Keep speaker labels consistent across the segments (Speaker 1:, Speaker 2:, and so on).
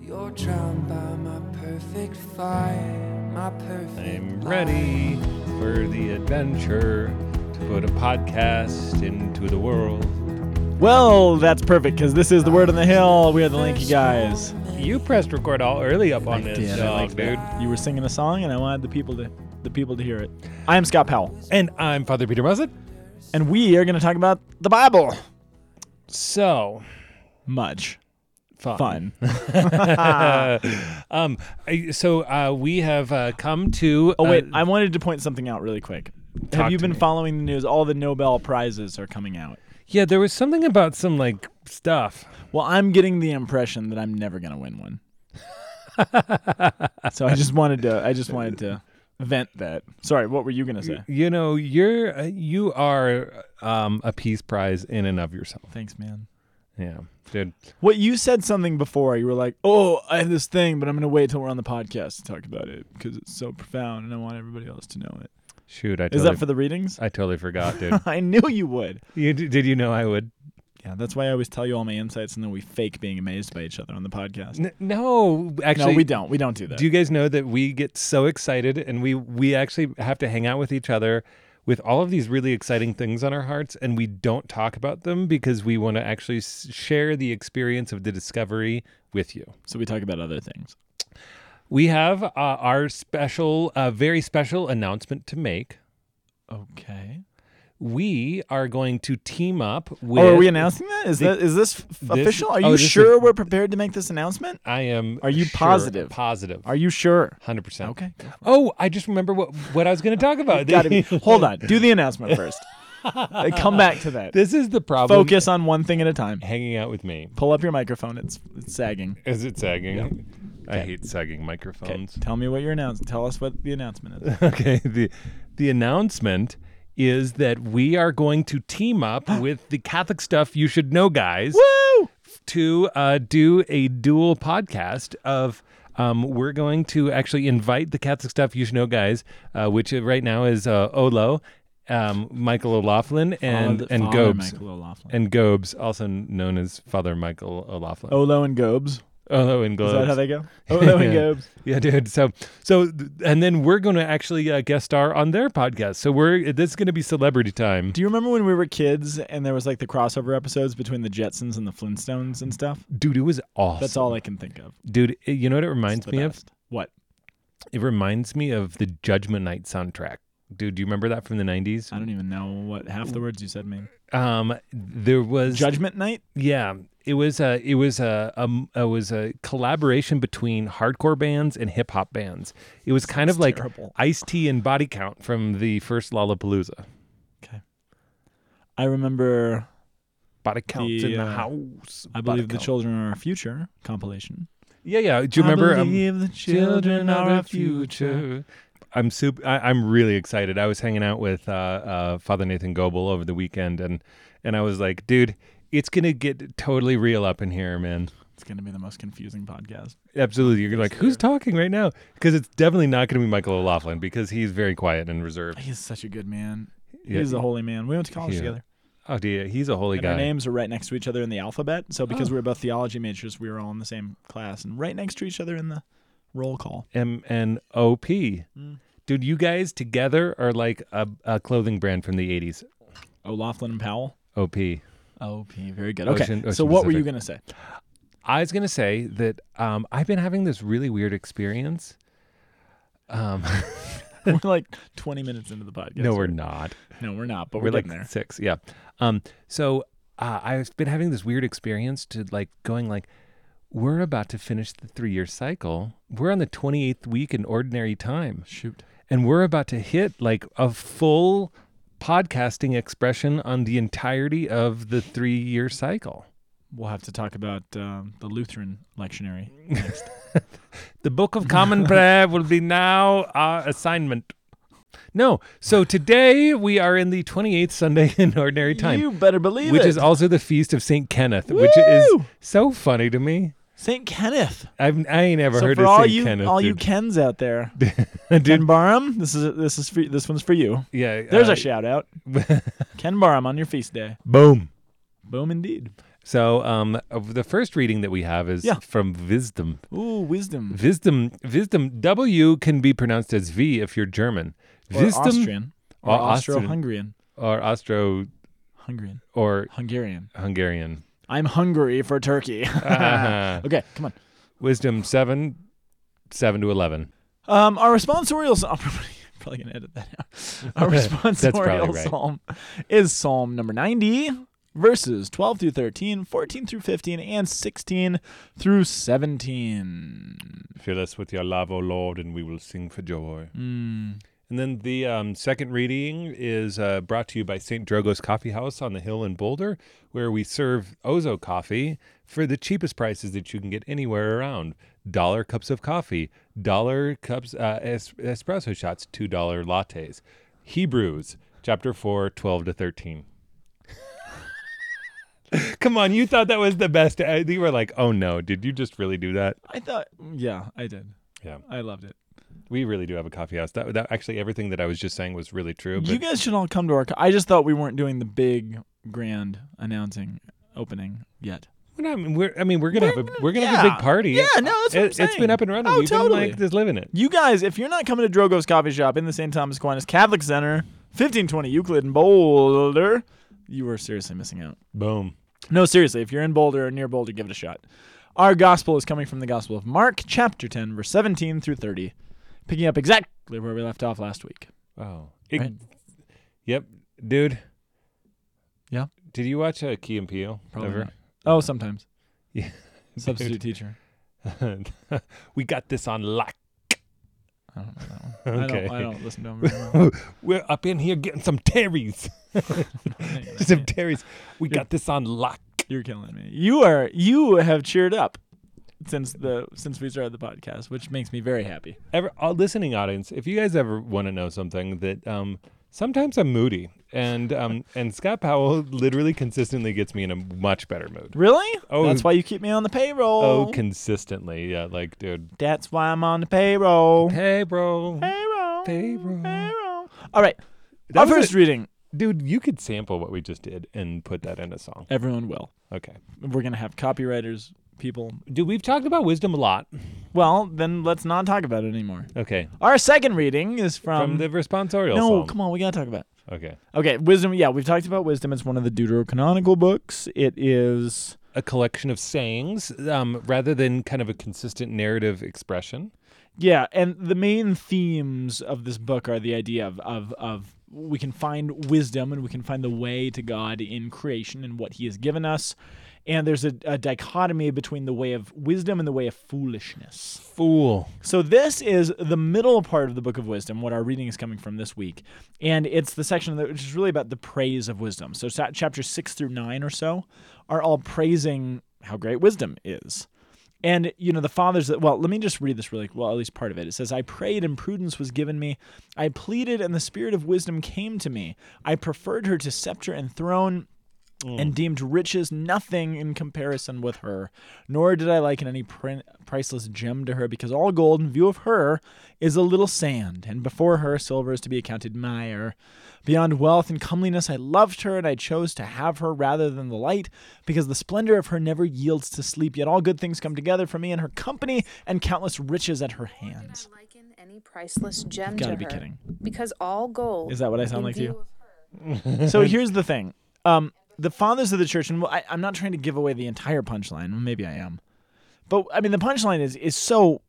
Speaker 1: You're drowned by my perfect fire, my perfect.
Speaker 2: I'm
Speaker 1: lie.
Speaker 2: ready for the adventure to put a podcast into the world.
Speaker 3: Well, that's perfect because this is the word on the hill. We are the Linky guys.
Speaker 2: You pressed record all early up on this
Speaker 3: Dan, I
Speaker 2: dog,
Speaker 3: like
Speaker 2: dude.
Speaker 3: that. You were singing a song, and I wanted the people to the people to hear it. I am Scott Powell,
Speaker 2: And I'm Father Peter Muzzett.
Speaker 3: and we are going to talk about the Bible.
Speaker 2: So
Speaker 3: Much
Speaker 2: fun.
Speaker 3: fun.
Speaker 2: Um, I- so uh, we have uh, come to.
Speaker 3: Oh wait,
Speaker 2: uh,
Speaker 3: I wanted to point something out really quick.
Speaker 2: Talk
Speaker 3: Have you
Speaker 2: to
Speaker 3: been
Speaker 2: me.
Speaker 3: following the news? All the Nobel prizes are coming out.
Speaker 2: yeah, there was something about some like stuff.
Speaker 3: Well, I'm getting the impression that I'm never going to win one. so I just wanted to. I just wanted to vent that. Sorry, what were you going to say?
Speaker 2: You know, you're uh, you are um, a peace prize in and of yourself.
Speaker 3: Thanks, man.
Speaker 2: Yeah, dude.
Speaker 3: What you said something before. You were like, "Oh, I have this thing, but I'm going to wait till we're on the podcast to talk about it because it's so profound, and I want everybody else to know it."
Speaker 2: Shoot, I
Speaker 3: Is
Speaker 2: totally,
Speaker 3: that for the readings?
Speaker 2: I totally forgot, dude.
Speaker 3: I knew you would.
Speaker 2: you, did you know I would?
Speaker 3: Yeah, that's why I always tell you all my insights, and then we fake being amazed by each other on the podcast.
Speaker 2: N- no, actually,
Speaker 3: no, we don't. We don't do that.
Speaker 2: Do you guys know that we get so excited and we we actually have to hang out with each other with all of these really exciting things on our hearts and we don't talk about them because we want to actually s- share the experience of the discovery with you.
Speaker 3: so we talk about other things.
Speaker 2: We have uh, our special uh, very special announcement to make.
Speaker 3: Okay.
Speaker 2: We are going to team up with
Speaker 3: Oh, are we announcing that? Is
Speaker 2: the-
Speaker 3: that is this, f- official? Are
Speaker 2: oh,
Speaker 3: you
Speaker 2: this is-
Speaker 3: sure we're prepared to make this announcement?
Speaker 2: I am
Speaker 3: Are you
Speaker 2: sure-
Speaker 3: positive?
Speaker 2: Positive.
Speaker 3: Are you sure?
Speaker 2: 100%.
Speaker 3: Okay.
Speaker 2: Oh, I just remember what what I was going to talk about.
Speaker 3: Got to Hold on. Do the announcement first. Uh, Come back to that.
Speaker 2: This is the problem
Speaker 3: Focus on one thing at a time.
Speaker 2: hanging out with me.
Speaker 3: Pull up your microphone. It's, it's sagging.
Speaker 2: Is it sagging? I hate sagging microphones.
Speaker 3: Tell me what your announcement. Tell us what the announcement is.
Speaker 2: Okay. The the announcement is that we are going to team up with the Catholic stuff you should know guys
Speaker 3: Woo!
Speaker 2: to uh, do a dual podcast of um, we're going to actually invite the Catholic stuff you should know guys, uh, which right now is uh, Olo, um, Michael O'Laughlin, and
Speaker 3: Father-
Speaker 2: and
Speaker 3: Father
Speaker 2: Gobes.
Speaker 3: Michael O'Loughlin.
Speaker 2: And Gobes, also known as Father Michael O'Laughlin.
Speaker 3: Olo and Gobes.
Speaker 2: Olo and Gobes.
Speaker 3: Oh. Is that how they go? Olo and
Speaker 2: Yeah.
Speaker 3: Gobes.
Speaker 2: Yeah, dude. So, so, th- and then we're going to actually uh, guest star on their podcast. So we're this is going to be celebrity time,
Speaker 3: Do you remember when we were kids and there was like the crossover episodes between the Jetsons and the Flintstones and stuff?
Speaker 2: dude. It was awesome.
Speaker 3: That's all I can think of.
Speaker 2: dude. it- You know what it reminds
Speaker 3: the
Speaker 2: me of?
Speaker 3: best. What?
Speaker 2: It reminds me of the Judgment Night soundtrack, dude. Do you remember that from the nineties?
Speaker 3: I don't even know what half the words you said mean.
Speaker 2: Um, there was
Speaker 3: Judgment Night?
Speaker 2: yeah. It was a it was a um it was a collaboration between hardcore bands and hip hop bands. It was kind of
Speaker 3: Sounds
Speaker 2: like
Speaker 3: terrible.
Speaker 2: Ice T and Body Count from the first Lollapalooza.
Speaker 3: I remember,
Speaker 2: Body Count's in
Speaker 3: The,
Speaker 2: the
Speaker 3: uh,
Speaker 2: house.
Speaker 3: I
Speaker 2: Body
Speaker 3: believe The
Speaker 2: Count.
Speaker 3: Children Are Our Future compilation.
Speaker 2: Yeah, yeah. Do you remember?
Speaker 3: I
Speaker 2: um,
Speaker 3: believe the children are our future.
Speaker 2: I'm super. I, I'm really excited. I was hanging out with uh, uh, Father Nathan Goebel over the weekend, and and I was like, dude, it's gonna get totally real up in here, man.
Speaker 3: It's going to be the most confusing podcast.
Speaker 2: Absolutely. You're like, who's talking right now? Because it's definitely not gonna be Michael O'Laughlin because he's very quiet and reserved.
Speaker 3: He's such a good man.
Speaker 2: Yeah.
Speaker 3: He's a holy man. We went to college
Speaker 2: Yeah.
Speaker 3: together.
Speaker 2: Oh dear, he's a holy
Speaker 3: And our
Speaker 2: guy. Oh.
Speaker 3: names are right next to each other in the alphabet. So because we were both theology majors, we were all in the same class and right next to each other in the roll call.
Speaker 2: M N O P.
Speaker 3: Mm.
Speaker 2: Dude, you guys together are like a, a clothing brand from the '80s.
Speaker 3: O'Laughlin and Powell.
Speaker 2: OP.
Speaker 3: OP. Very good.
Speaker 2: Okay.
Speaker 3: Okay.
Speaker 2: Ocean-
Speaker 3: so
Speaker 2: Ocean
Speaker 3: what were you
Speaker 2: Pacific.
Speaker 3: going to say?
Speaker 2: I was gonna say that um, I've been having this really weird experience. Um,
Speaker 3: we're like 20 minutes into the podcast.
Speaker 2: no, we're not.
Speaker 3: No, we're not, but
Speaker 2: We're,
Speaker 3: we're,
Speaker 2: like
Speaker 3: getting there.
Speaker 2: six. Yeah. Um, so uh, I've been having this weird experience to like going like, we're about to finish the three-year cycle. We're on the twenty-eighth week in ordinary time,
Speaker 3: Shoot.
Speaker 2: and we're about to hit like a full podcasting expression on the entirety of the three-year cycle.
Speaker 3: We'll have to talk about um, the Lutheran lectionary.
Speaker 2: The Book of Common Prayer will be now our assignment. No, so today we are in the 28th Sunday in Ordinary Time,
Speaker 3: You better believe
Speaker 2: which
Speaker 3: it.
Speaker 2: is also the feast of St. Kenneth, which is
Speaker 3: Woo!
Speaker 2: so funny to me.
Speaker 3: St. Kenneth.
Speaker 2: I've, I ain't ever
Speaker 3: So
Speaker 2: heard
Speaker 3: for
Speaker 2: of
Speaker 3: all
Speaker 2: St.
Speaker 3: you
Speaker 2: Kenneth.
Speaker 3: all you
Speaker 2: dude.
Speaker 3: Kens out there,
Speaker 2: Dude,
Speaker 3: Ken Barham, this is this is for, this one's for you.
Speaker 2: yeah,
Speaker 3: There's
Speaker 2: uh,
Speaker 3: a shout out. Ken Barham on your feast day.
Speaker 2: Boom.
Speaker 3: Boom indeed.
Speaker 2: So um, of the first reading that we have is
Speaker 3: Yeah.
Speaker 2: from Wisdom.
Speaker 3: Ooh, wisdom.
Speaker 2: Wisdom, Wisdom, W can be pronounced as V if you're German.
Speaker 3: Or Austrian. Or
Speaker 2: or Austrian.
Speaker 3: Austro-Hungarian.
Speaker 2: or Austro
Speaker 3: Hungarian.
Speaker 2: or
Speaker 3: Hungarian.
Speaker 2: Hungarian.
Speaker 3: I'm hungry for turkey.
Speaker 2: Ah.
Speaker 3: okay, come on.
Speaker 2: Wisdom 7, 7 to 11.
Speaker 3: Um, our responsorial psalm. I'm probably gonna edit that out. Our
Speaker 2: That's
Speaker 3: responsorial
Speaker 2: probably right.
Speaker 3: psalm is Psalm number 90, verses 12 through 13, 14 through 15, and 16 through 17.
Speaker 2: Fill us with your love, O Lord, and we will sing for joy.
Speaker 3: Mm.
Speaker 2: And then the um, second reading is uh, brought to you by St. Drogo's Coffee House on the Hill in Boulder, where we serve Ozo coffee for the cheapest prices that you can get anywhere around. Dollar cups of coffee, dollar cups uh, es- espresso shots, two dollar lattes. Hebrews chapter 4, 12 to 13. Come on, you thought that was the best. Uh, You were like, oh no, did you just really do that?
Speaker 3: I thought, yeah, I did.
Speaker 2: Yeah.
Speaker 3: I loved it.
Speaker 2: We really do have a coffee house. That, that actually, everything that I was just saying was really true. But
Speaker 3: You guys should all come to our. Co- I just thought we weren't doing the big grand announcing opening yet.
Speaker 2: We're not, I mean, we're, I mean, we're gonna have a we're gonna have a
Speaker 3: yeah.
Speaker 2: big party.
Speaker 3: Yeah, no, that's what I'm
Speaker 2: It- It's been
Speaker 3: saying.
Speaker 2: up and running.
Speaker 3: Oh,
Speaker 2: We've
Speaker 3: totally.
Speaker 2: been like just living it.
Speaker 3: You guys, if you're not coming to Drogo's Coffee Shop in the St. Thomas Aquinas Catholic Center, 1520 Euclid in Boulder, you are seriously missing out.
Speaker 2: Boom.
Speaker 3: No, seriously, if you're in Boulder or near Boulder, give it a shot. Our gospel is coming from the Gospel of Mark, chapter 10, verse 17 through 30, picking up exactly where we left off last week.
Speaker 2: Wow. It-
Speaker 3: Right.
Speaker 2: Yep, dude.
Speaker 3: Yeah?
Speaker 2: Did you watch uh, Key and Peele?
Speaker 3: Probably
Speaker 2: ever?
Speaker 3: not. Oh, sometimes.
Speaker 2: Yeah.
Speaker 3: Substitute teacher.
Speaker 2: we got this on lock.
Speaker 3: I don't know that one. I,
Speaker 2: Okay.
Speaker 3: don't, I don't listen to him very well.
Speaker 2: We're up in here getting some Terry's. some Terry's. We got this on lock.
Speaker 3: You're killing me. You are you have cheered up since the since we started the podcast, which makes me very happy.
Speaker 2: ever uh, listening audience, if you guys ever want to know something that um, sometimes I'm moody and um, and Scott Powell literally consistently gets me in a much better mood.
Speaker 3: Really?
Speaker 2: Oh.
Speaker 3: that's why you keep me on the payroll.
Speaker 2: Oh, consistently, yeah, like dude.
Speaker 3: That's why I'm on the payroll.
Speaker 2: Hey, bro,
Speaker 3: Payroll.
Speaker 2: Payroll.
Speaker 3: Payroll. All right.
Speaker 2: That
Speaker 3: Our
Speaker 2: was
Speaker 3: first
Speaker 2: a-
Speaker 3: reading.
Speaker 2: dude, you could sample what we just did and put that in a song.
Speaker 3: Everyone will.
Speaker 2: Okay,
Speaker 3: We're gonna have copywriters, people.
Speaker 2: dude, we've talked about wisdom a lot.
Speaker 3: Well, then let's not talk about it anymore.
Speaker 2: Okay,
Speaker 3: Our second reading is
Speaker 2: from
Speaker 3: from,
Speaker 2: the responsorial
Speaker 3: Um, No,
Speaker 2: psalm.
Speaker 3: come on, we gotta talk about. it.
Speaker 2: Okay,
Speaker 3: Okay, wisdom. Yeah, we've talked about wisdom. It's one of the deuterocanonical books. It is
Speaker 2: a collection of sayings um, rather than kind of a consistent narrative expression.
Speaker 3: Yeah, and the main themes of this book are the idea of of of we can find wisdom and we can find the way to God in creation and what He has given us. And there's a, a dichotomy between the way of wisdom and the way of foolishness.
Speaker 2: Fool.
Speaker 3: So this is the middle part of the Book of Wisdom, what our reading is coming from this week, and it's the section that which is really about the praise of wisdom. So sa- chapters six through nine or so are all praising how great wisdom is. And you know the fathers that well, let me just read this really well, at least part of it. It says, "I prayed and prudence was given me. I pleaded and the spirit of wisdom came to me. I preferred her to scepter and throne." and deemed riches nothing in comparison with her. Nor did I liken any prin- priceless gem to her, because all gold in view of her is a little sand, and before her silver is to be accounted mire. Beyond wealth and comeliness, I loved her, and I chose to have her rather than the light, because the splendor of her never yields to sleep. Yet all good things come together for me in her company, and countless riches at her hands.
Speaker 4: I liken any priceless gem
Speaker 3: You've gotta
Speaker 4: to
Speaker 3: be
Speaker 4: her,
Speaker 3: kidding.
Speaker 4: Because all gold
Speaker 3: Is that what I sound
Speaker 4: Oh, in
Speaker 3: like to
Speaker 4: view
Speaker 3: you?
Speaker 4: of
Speaker 3: so here's the thing um, the fathers of the church and I, i'm not trying to give away the entire punchline well, maybe i am but i mean the punchline is is so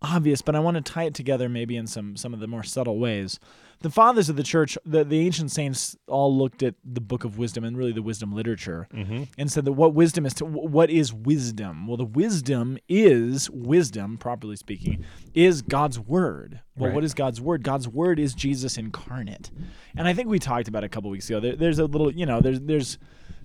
Speaker 3: obvious but i want to tie it together maybe in some some of the more subtle ways the fathers of the church the, the ancient saints all looked at the book of wisdom and really the wisdom literature and said that what wisdom is to what is wisdom well the wisdom is wisdom properly speaking is god's word well what
Speaker 2: Right.
Speaker 3: is God's word. God's word is Jesus incarnate, and I think we talked about it a couple weeks ago. There, there's a little, you know, there's there's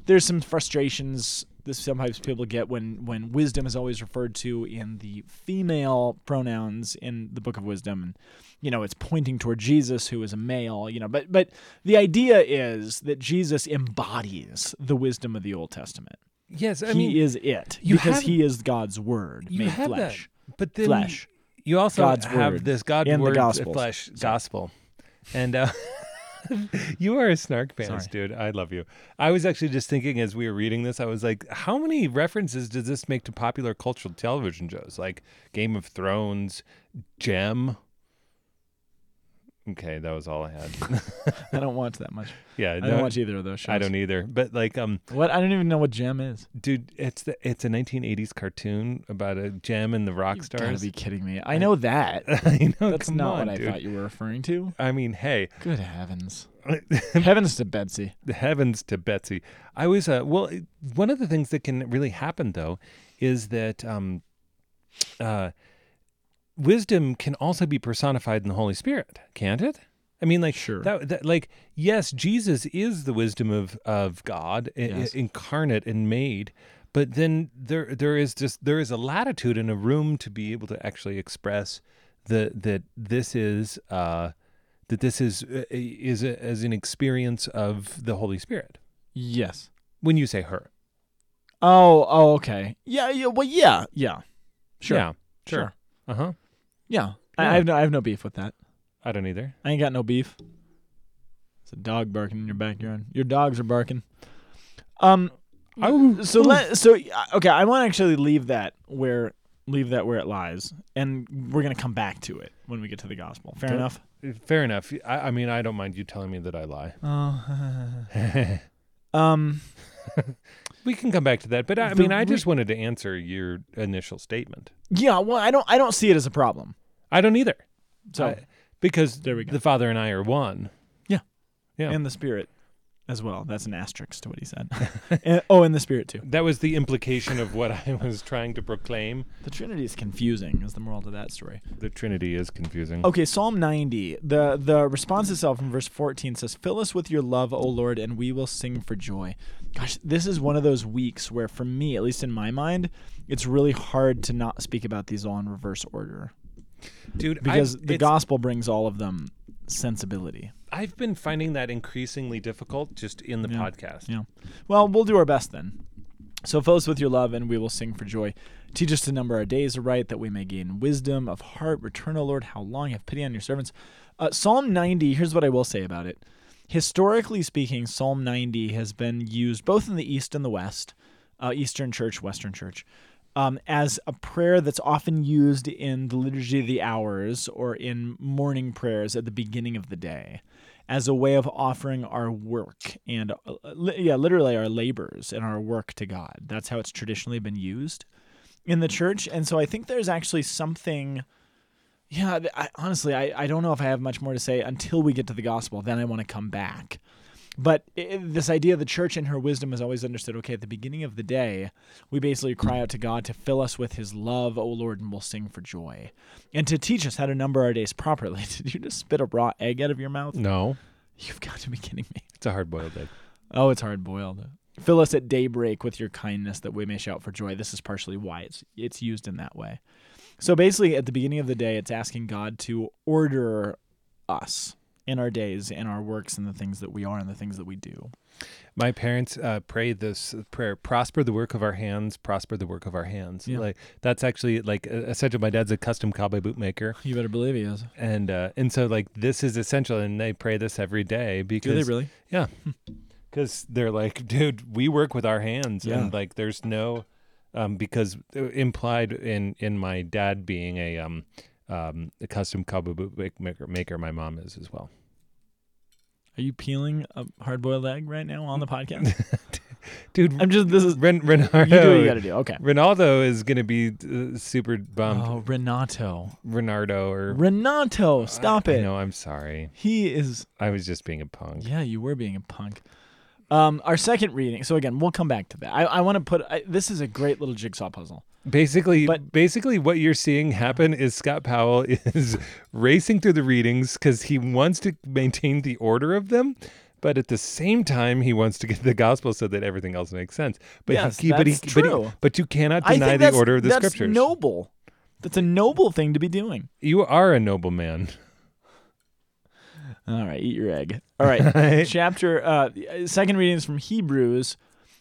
Speaker 3: there's some frustrations that sometimes people get when when wisdom is always referred to in the female pronouns in the Book of Wisdom, and you know it's pointing toward Jesus, who is a male. You know, but but the idea is that Jesus embodies the wisdom of the Old Testament.
Speaker 2: Yes, I
Speaker 3: he
Speaker 2: mean
Speaker 3: is it
Speaker 2: you
Speaker 3: because
Speaker 2: have-
Speaker 3: he is God's word made flesh.
Speaker 2: That, but then
Speaker 3: Flesh.
Speaker 2: you also
Speaker 3: God's
Speaker 2: have
Speaker 3: word
Speaker 2: this God
Speaker 3: and the
Speaker 2: word
Speaker 3: Gospels.
Speaker 2: flesh gospel, and uh, You are a snark fans,
Speaker 3: Sorry.
Speaker 2: dude. I love you. I was actually just thinking as we were reading this, I was like, how many references does this make to popular cultural television shows like Game of Thrones, Gem? Okay, that was all I had.
Speaker 3: I don't watch that much.
Speaker 2: yeah,
Speaker 3: I don't watch either of those shows.
Speaker 2: I don't either. But like, um,
Speaker 3: What I don't even know what Gem is.
Speaker 2: dude, it's the it's a 1980s cartoon about a gem and the rock
Speaker 3: You've gotta
Speaker 2: stars.
Speaker 3: be kidding me. I know that.
Speaker 2: I know.
Speaker 3: That's
Speaker 2: come
Speaker 3: not
Speaker 2: on,
Speaker 3: what
Speaker 2: dude.
Speaker 3: I thought you were referring to.
Speaker 2: I mean, hey,
Speaker 3: Good heavens. heavens to Betsy.
Speaker 2: the heavens to Betsy. I was uh, well. it- One of the things that can really happen though is that um, uh, wisdom can also be personified in the Holy Spirit, can't it? I mean, like
Speaker 3: Sure.
Speaker 2: that, Oh, that, like yes, Jesus is the wisdom of of God i- i-
Speaker 3: Yes.
Speaker 2: incarnate and made. But then there there is just there is a latitude and a room to be able to actually express the that this is uh, that this is uh, is a, as an experience of the Holy Spirit.
Speaker 3: Yes.
Speaker 2: When you say her,
Speaker 3: Oh, oh, okay. Yeah, yeah, well, yeah, yeah. Sure. Uh-huh.
Speaker 2: yeah, sure, uh huh.
Speaker 3: Yeah. I,
Speaker 2: Yeah.
Speaker 3: I, have no, I have no beef with that.
Speaker 2: I don't either.
Speaker 3: I ain't got no beef. It's a dog barking in your backyard. Your dogs are barking. Um, so let so uh, okay i want to actually leave that where leave that where it lies and we're going to come back to it when we get to the gospel fair
Speaker 2: Okay.
Speaker 3: enough
Speaker 2: Fair enough. I, I mean, I don't mind you telling me that I lie.
Speaker 3: um
Speaker 2: We can come back to that, but I, I
Speaker 3: The
Speaker 2: mean, I
Speaker 3: re-
Speaker 2: just wanted to answer your initial statement.
Speaker 3: yeah well i don't i don't see it as a problem
Speaker 2: I don't either.
Speaker 3: so
Speaker 2: I- because
Speaker 3: There we go.
Speaker 2: the Father and I are one. yeah.
Speaker 3: and the spirit as well that's an asterisk to what he said And- oh and the spirit too
Speaker 2: That was the implication of what I was trying to proclaim.
Speaker 3: the trinity is confusing is the moral to that story
Speaker 2: The Trinity is confusing.
Speaker 3: Okay, Psalm 90. The the response itself from verse 14 says, "Fill us with your love, O Lord, and we will sing for joy." Gosh, this is one of those weeks where for me, at least in my mind, it's really hard to not speak about these all in reverse order
Speaker 2: dude,
Speaker 3: because
Speaker 2: I've,
Speaker 3: the
Speaker 2: it's-
Speaker 3: gospel brings all of them sensibility.
Speaker 2: I've been finding that increasingly difficult just in the podcast.
Speaker 3: Yeah. Well, we'll do our best then. So fill us with your love, and we will sing for joy. Teach us to number our days aright, that we may gain wisdom of heart. Return, O Lord, how long? Have pity on your servants. Uh, Psalm 90, here's what I will say about it. Historically speaking, Psalm 90 has been used both in the East and the West, uh, Eastern Church, Western Church, um, as a prayer that's often used in the Liturgy of the Hours or in morning prayers at the beginning of the day as a way of offering our work and, uh, li- yeah, literally our labors and our work to God. That's how it's traditionally been used in the church. And so I think there's actually something. Yeah, th- I, honestly, I, I don't know if I have much more to say until we get to the gospel. Then I want to come back. But i i- this idea of the church and her wisdom is always understood. Okay, at the beginning of the day, we basically cry out to God to fill us with his love, O Lord, and we'll sing for joy. And to teach us how to number our days properly. Did you just spit a raw egg out of your mouth?
Speaker 2: No,
Speaker 3: You've got to be kidding me.
Speaker 2: it's a hard boiled egg.
Speaker 3: Oh, it's hard boiled. Fill us at daybreak with your kindness that we may shout for joy. This is partially why it's it's used in that way. So basically at the beginning of the day it's asking God to order us in our days and our works and the things that we are and the things that we do.
Speaker 2: My parents uh, prayed this prayer: "Prosper the work of our hands, prosper the work of our hands."
Speaker 3: Yeah.
Speaker 2: Like that's actually like uh, essential. My dad's a custom cowboy boot maker,
Speaker 3: You better believe he is.
Speaker 2: and uh, and so like this is essential, and they pray this every day because
Speaker 3: Do they really?
Speaker 2: yeah, because they're like, dude, we work with our hands,
Speaker 3: Yeah.
Speaker 2: and like there's no um, because uh, implied in in my dad being a um um a custom cowboy boot make- maker maker, my mom is as well.
Speaker 3: Are you peeling a hard boiled egg right now on the podcast?
Speaker 2: Dude,
Speaker 3: I'm just this is
Speaker 2: Ren- Renardo,
Speaker 3: you do what you gotta do. Okay.
Speaker 2: Ronaldo is going to be uh, super bummed.
Speaker 3: Oh, Renato.
Speaker 2: Renardo or
Speaker 3: Renato, stop it.
Speaker 2: No, I'm sorry.
Speaker 3: He is
Speaker 2: I was just being a punk.
Speaker 3: Yeah, you were being a punk. Um, our second reading. So again, we'll come back to that. I, I want to put I, this is a great little jigsaw puzzle.
Speaker 2: Basically,
Speaker 3: But-
Speaker 2: basically, what you're seeing happen is Scott Powell is racing through the readings because he wants to maintain the order of them, but at the same time, he wants to get the gospel so that everything else makes sense. But
Speaker 3: Yes,
Speaker 2: he, but, he,
Speaker 3: that's
Speaker 2: but he-
Speaker 3: true.
Speaker 2: but you cannot
Speaker 3: I
Speaker 2: deny
Speaker 3: think
Speaker 2: the
Speaker 3: that's,
Speaker 2: order of the
Speaker 3: that's
Speaker 2: scriptures.
Speaker 3: noble. That's a noble thing to be doing.
Speaker 2: you are a nobleman.
Speaker 3: All right, eat your egg. All right, chapter uh, second reading is from Hebrews.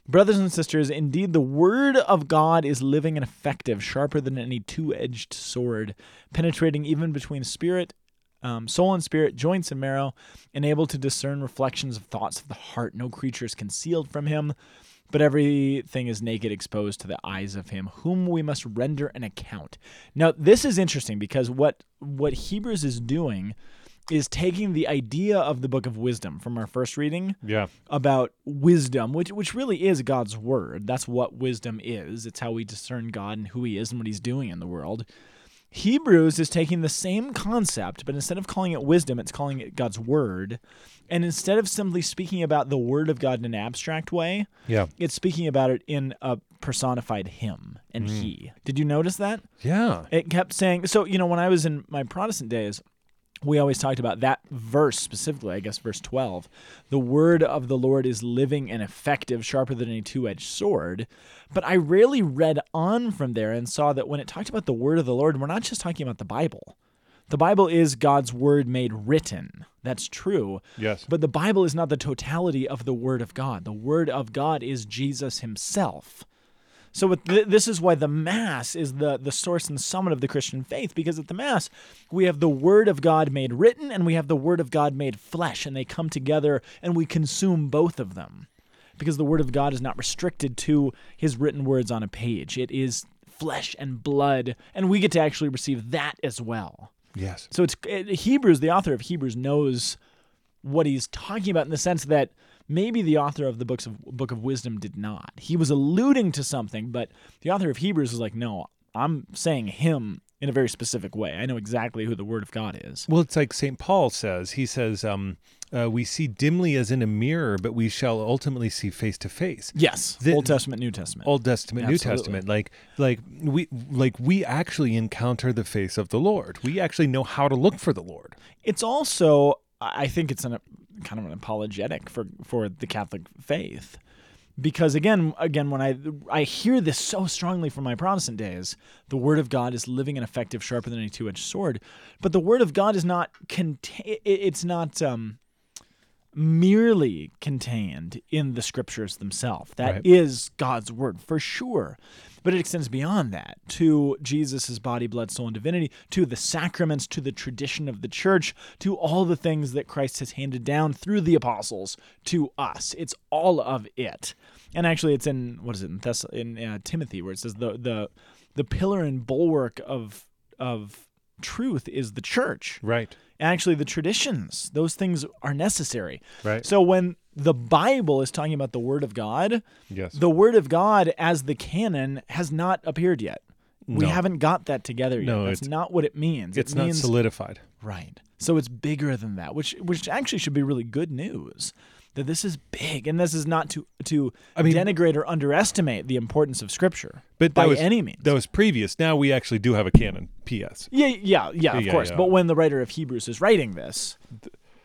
Speaker 3: Brothers and sisters, indeed the word of God is living and effective, sharper than any two-edged sword, penetrating even between spirit um, soul and spirit, joints and marrow, and able to discern reflections of thoughts of the heart. No creature is concealed from him, but everything is naked, exposed to the eyes of him, whom we must render an account. Now, this is interesting because what what Hebrews is doing is taking the idea of the book of wisdom from our first reading
Speaker 2: Yeah.
Speaker 3: about wisdom, which which really is God's word. That's what wisdom is. It's how we discern God and who He is and what He's doing in the world. Hebrews is taking the same concept, but instead of calling it wisdom, it's calling it God's word. And instead of simply speaking about the word of God in an abstract way,
Speaker 2: Yeah.
Speaker 3: it's speaking about it in a personified him and he. Did you notice that?
Speaker 2: Yeah.
Speaker 3: It kept saying so. You know, when I was in my Protestant days, we always talked about that verse specifically. I guess verse twelve, the word of the Lord is living and effective, sharper than a two-edged sword. But I rarely read on from there and saw that when it talked about the word of the Lord, we're not just talking about the Bible. The Bible is God's word made written. That's true.
Speaker 2: Yes.
Speaker 3: But the Bible is not the totality of the Word of God. The Word of God is Jesus Himself. So with th- this is why the Mass is the, the source and summit of the Christian faith, because at the Mass, we have the Word of God made written and we have the Word of God made flesh, and they come together and we consume both of them. Because the Word of God is not restricted to His written words on a page, it is flesh and blood, and we get to actually receive that as well.
Speaker 2: Yes.
Speaker 3: So it's it, Hebrews. The author of Hebrews knows what he's talking about in the sense that maybe the author of the books of Book of Wisdom did not. He was alluding to something, but the author of Hebrews is like, no, I'm saying him in a very specific way. I know exactly who the Word of God is.
Speaker 2: Well, it's like St. Paul says. He says, um, uh, we see dimly as in a mirror, but we shall ultimately see face to face.
Speaker 3: Yes,
Speaker 2: The-
Speaker 3: Old Testament, New Testament.
Speaker 2: Old Testament, New
Speaker 3: Absolutely.
Speaker 2: Testament, like like we like we actually encounter the face of the Lord. We actually know how to look for the Lord.
Speaker 3: it's also I I think it's an kind of an apologetic for for the Catholic faith because again again when I I hear this so strongly from my Protestant days the word of God is living and effective sharper than a two-edged sword but the word of God is not contain it- it's not um merely contained in the scriptures themselves. That
Speaker 2: Right.
Speaker 3: is God's word for sure. But it extends beyond that to Jesus' body, blood, soul, and divinity, to the sacraments, to the tradition of the church, to all the things that Christ has handed down through the apostles to us. It's all of it. And actually, it's in, what is it, in, Thess- in uh, Timothy, where it says the, the, the pillar and bulwark of, of truth is the church
Speaker 2: Right.
Speaker 3: actually the traditions those things are necessary
Speaker 2: Right.
Speaker 3: so when the bible is talking about the word of god
Speaker 2: Yes.
Speaker 3: the word of god as the canon has not appeared yet we
Speaker 2: No.
Speaker 3: haven't got that together yet
Speaker 2: No,
Speaker 3: that's
Speaker 2: it's-
Speaker 3: not what it means
Speaker 2: it's
Speaker 3: it
Speaker 2: not
Speaker 3: means
Speaker 2: solidified.
Speaker 3: right so it's bigger than that which which actually should be really good news that this is big and this is not to to
Speaker 2: I mean-
Speaker 3: denigrate or underestimate the importance of scripture
Speaker 2: But that
Speaker 3: by
Speaker 2: was,
Speaker 3: any means
Speaker 2: That was previous. Now we actually do have a canon. P.S.
Speaker 3: Yeah, yeah, yeah, of
Speaker 2: Yeah,
Speaker 3: course.
Speaker 2: yeah.
Speaker 3: But when the writer of Hebrews is writing this,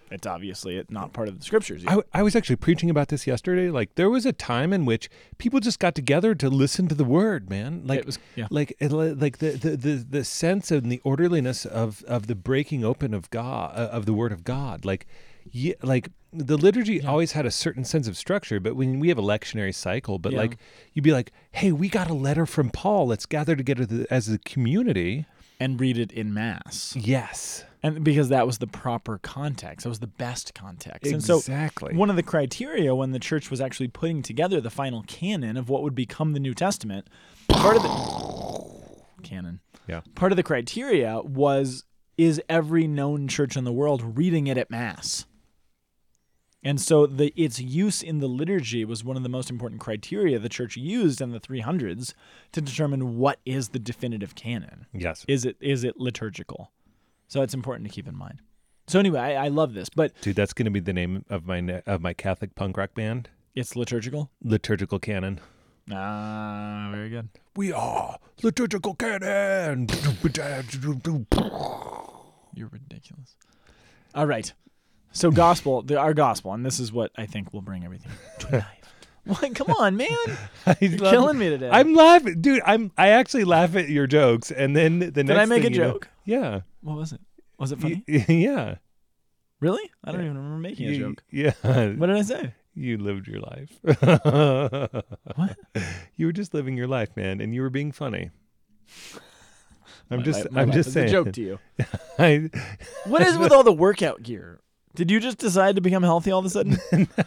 Speaker 3: it's obviously not part of the scriptures.
Speaker 2: I, I was actually preaching about this yesterday. Like there was a time in which people just got together to listen to the word, man. Like
Speaker 3: It was- yeah.
Speaker 2: like it li- like the, the the the sense and the orderliness of of the breaking open of God uh, of the word of God. Like yeah, like the liturgy always had a certain sense of structure, but when we have a lectionary cycle, but
Speaker 3: Yeah.
Speaker 2: like you'd be like, hey, we got a letter from Paul. Let's gather together th- as a community.
Speaker 3: and read it in mass,
Speaker 2: Yes,
Speaker 3: and because that was the proper context, that was the best context.
Speaker 2: Exactly.
Speaker 3: And so, one of the criteria when the church was actually putting together the final canon of what would become the New Testament, part of the canon,
Speaker 2: Yeah.
Speaker 3: part of the criteria was is every known church in the world reading it at mass. And so the its use in the liturgy was one of the most important criteria the church used in the 300s to determine what is the definitive canon.
Speaker 2: yes.
Speaker 3: Is it is it liturgical? So it's important to keep in mind. So anyway, I, I love this, but
Speaker 2: Dude, that's gonna be the name of my ne- of my Catholic punk rock band,
Speaker 3: it's liturgical.
Speaker 2: liturgical canon.
Speaker 3: Ah, very good.
Speaker 2: We are liturgical canon.
Speaker 3: You're ridiculous. All right. So gospel, the, our gospel, and this is what I think will bring everything to life. What? Come on, man! You're killing me today.
Speaker 2: I'm laughing, dude. I'm I actually laugh at your jokes, and then the next
Speaker 3: I make
Speaker 2: thing
Speaker 3: a
Speaker 2: you know-
Speaker 3: joke?
Speaker 2: yeah,
Speaker 3: what was it? Was it funny?
Speaker 2: Y- yeah,
Speaker 3: really? I don't even remember making a
Speaker 2: You-
Speaker 3: joke.
Speaker 2: Yeah,
Speaker 3: What did I say?
Speaker 2: you lived your life.
Speaker 3: What?
Speaker 2: You were just living your life, man, and you were being funny. I'm
Speaker 3: My
Speaker 2: just
Speaker 3: laugh- my
Speaker 2: I'm
Speaker 3: laugh
Speaker 2: just
Speaker 3: is a
Speaker 2: saying.
Speaker 3: joke to you.
Speaker 2: I,
Speaker 3: What is with all the workout gear? Did you just decide to become healthy all of a sudden?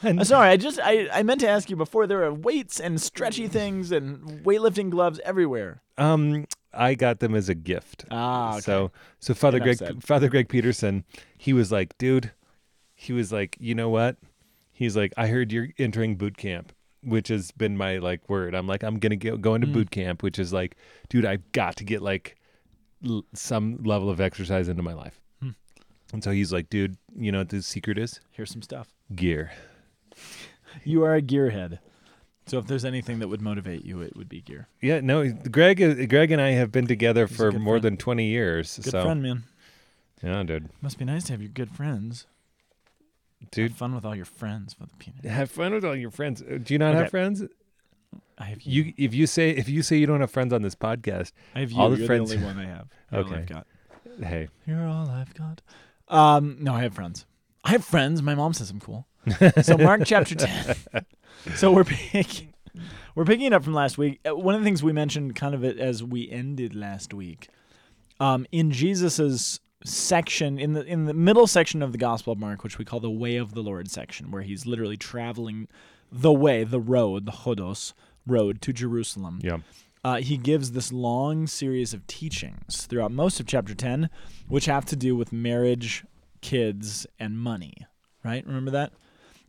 Speaker 3: I'm sorry, I just I, I meant to ask you before. There are weights and stretchy things and weightlifting gloves everywhere.
Speaker 2: um I got them as a gift.
Speaker 3: Ah, okay.
Speaker 2: So so Father
Speaker 3: Enough
Speaker 2: Greg
Speaker 3: said.
Speaker 2: Father Greg Peterson, he was like, dude, he was like, you know what? He's like, I heard you're entering boot camp, which has been my like word. I'm like, I'm gonna go, go
Speaker 3: Hmm.
Speaker 2: into boot camp, which is like, dude, I've got to get like l- some level of exercise into my life.
Speaker 3: Hmm.
Speaker 2: And so he's like, dude, you know what the secret is?
Speaker 3: here's some stuff.
Speaker 2: Gear.
Speaker 3: You are a gearhead. So if there's anything that would motivate you, it would be gear.
Speaker 2: Yeah, no, Greg, is- Greg and I have been together
Speaker 3: a
Speaker 2: for
Speaker 3: good
Speaker 2: more
Speaker 3: friend.
Speaker 2: than 20 years.
Speaker 3: Good
Speaker 2: so
Speaker 3: friend, man.
Speaker 2: yeah, dude,
Speaker 3: Must be nice to have your good friends.
Speaker 2: dude,
Speaker 3: Have fun with all your friends for the peanut.
Speaker 2: have fun with all your friends. Uh, Do you not
Speaker 3: Okay.
Speaker 2: have friends?
Speaker 3: I have you.
Speaker 2: You, if you say if you say you don't have friends on this podcast,
Speaker 3: I have you.
Speaker 2: all the
Speaker 3: You're
Speaker 2: friends-
Speaker 3: the only one I have. You're all
Speaker 2: Okay.
Speaker 3: I've got.
Speaker 2: hey,
Speaker 3: You're all I've got. Um, no, I have friends. I have friends. My mom says I'm cool. so Mark chapter ten. so we're picking, we're picking it up from last week. Uh, One of the things we mentioned, kind of as we ended last week, um, in Jesus's section in the in the middle section of the Gospel of Mark, which we call the Way of the Lord section, where he's literally traveling the way, the road, the Hodos road to Jerusalem
Speaker 2: yeah,
Speaker 3: uh, he gives this long series of teachings throughout most of chapter 10, which have to do with marriage, kids, and money. Right? Remember that?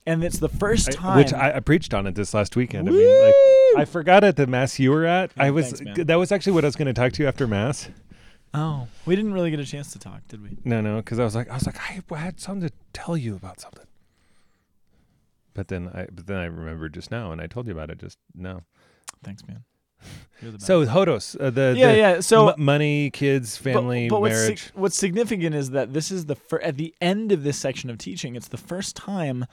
Speaker 3: And it's the first time.
Speaker 2: which I, I preached on it this last weekend. I mean, like, I forgot at the mass you were at. I was
Speaker 3: thanks, man.
Speaker 2: that was actually what I was going to talk to you after mass.
Speaker 3: oh, we didn't really get a chance to talk, did we?
Speaker 2: No, no, because I was like, I was like, I had something to tell you about something. But then I, but then I remembered just now, and I told you about it just now.
Speaker 3: Thanks, man. You're the best.
Speaker 2: So Hodos, uh, the
Speaker 3: yeah,
Speaker 2: the
Speaker 3: yeah. So
Speaker 2: m- money, kids, family,
Speaker 3: what's sig-
Speaker 2: marriage.
Speaker 3: what's significant is that this is the fir- at the end of this section of teaching, it's the first time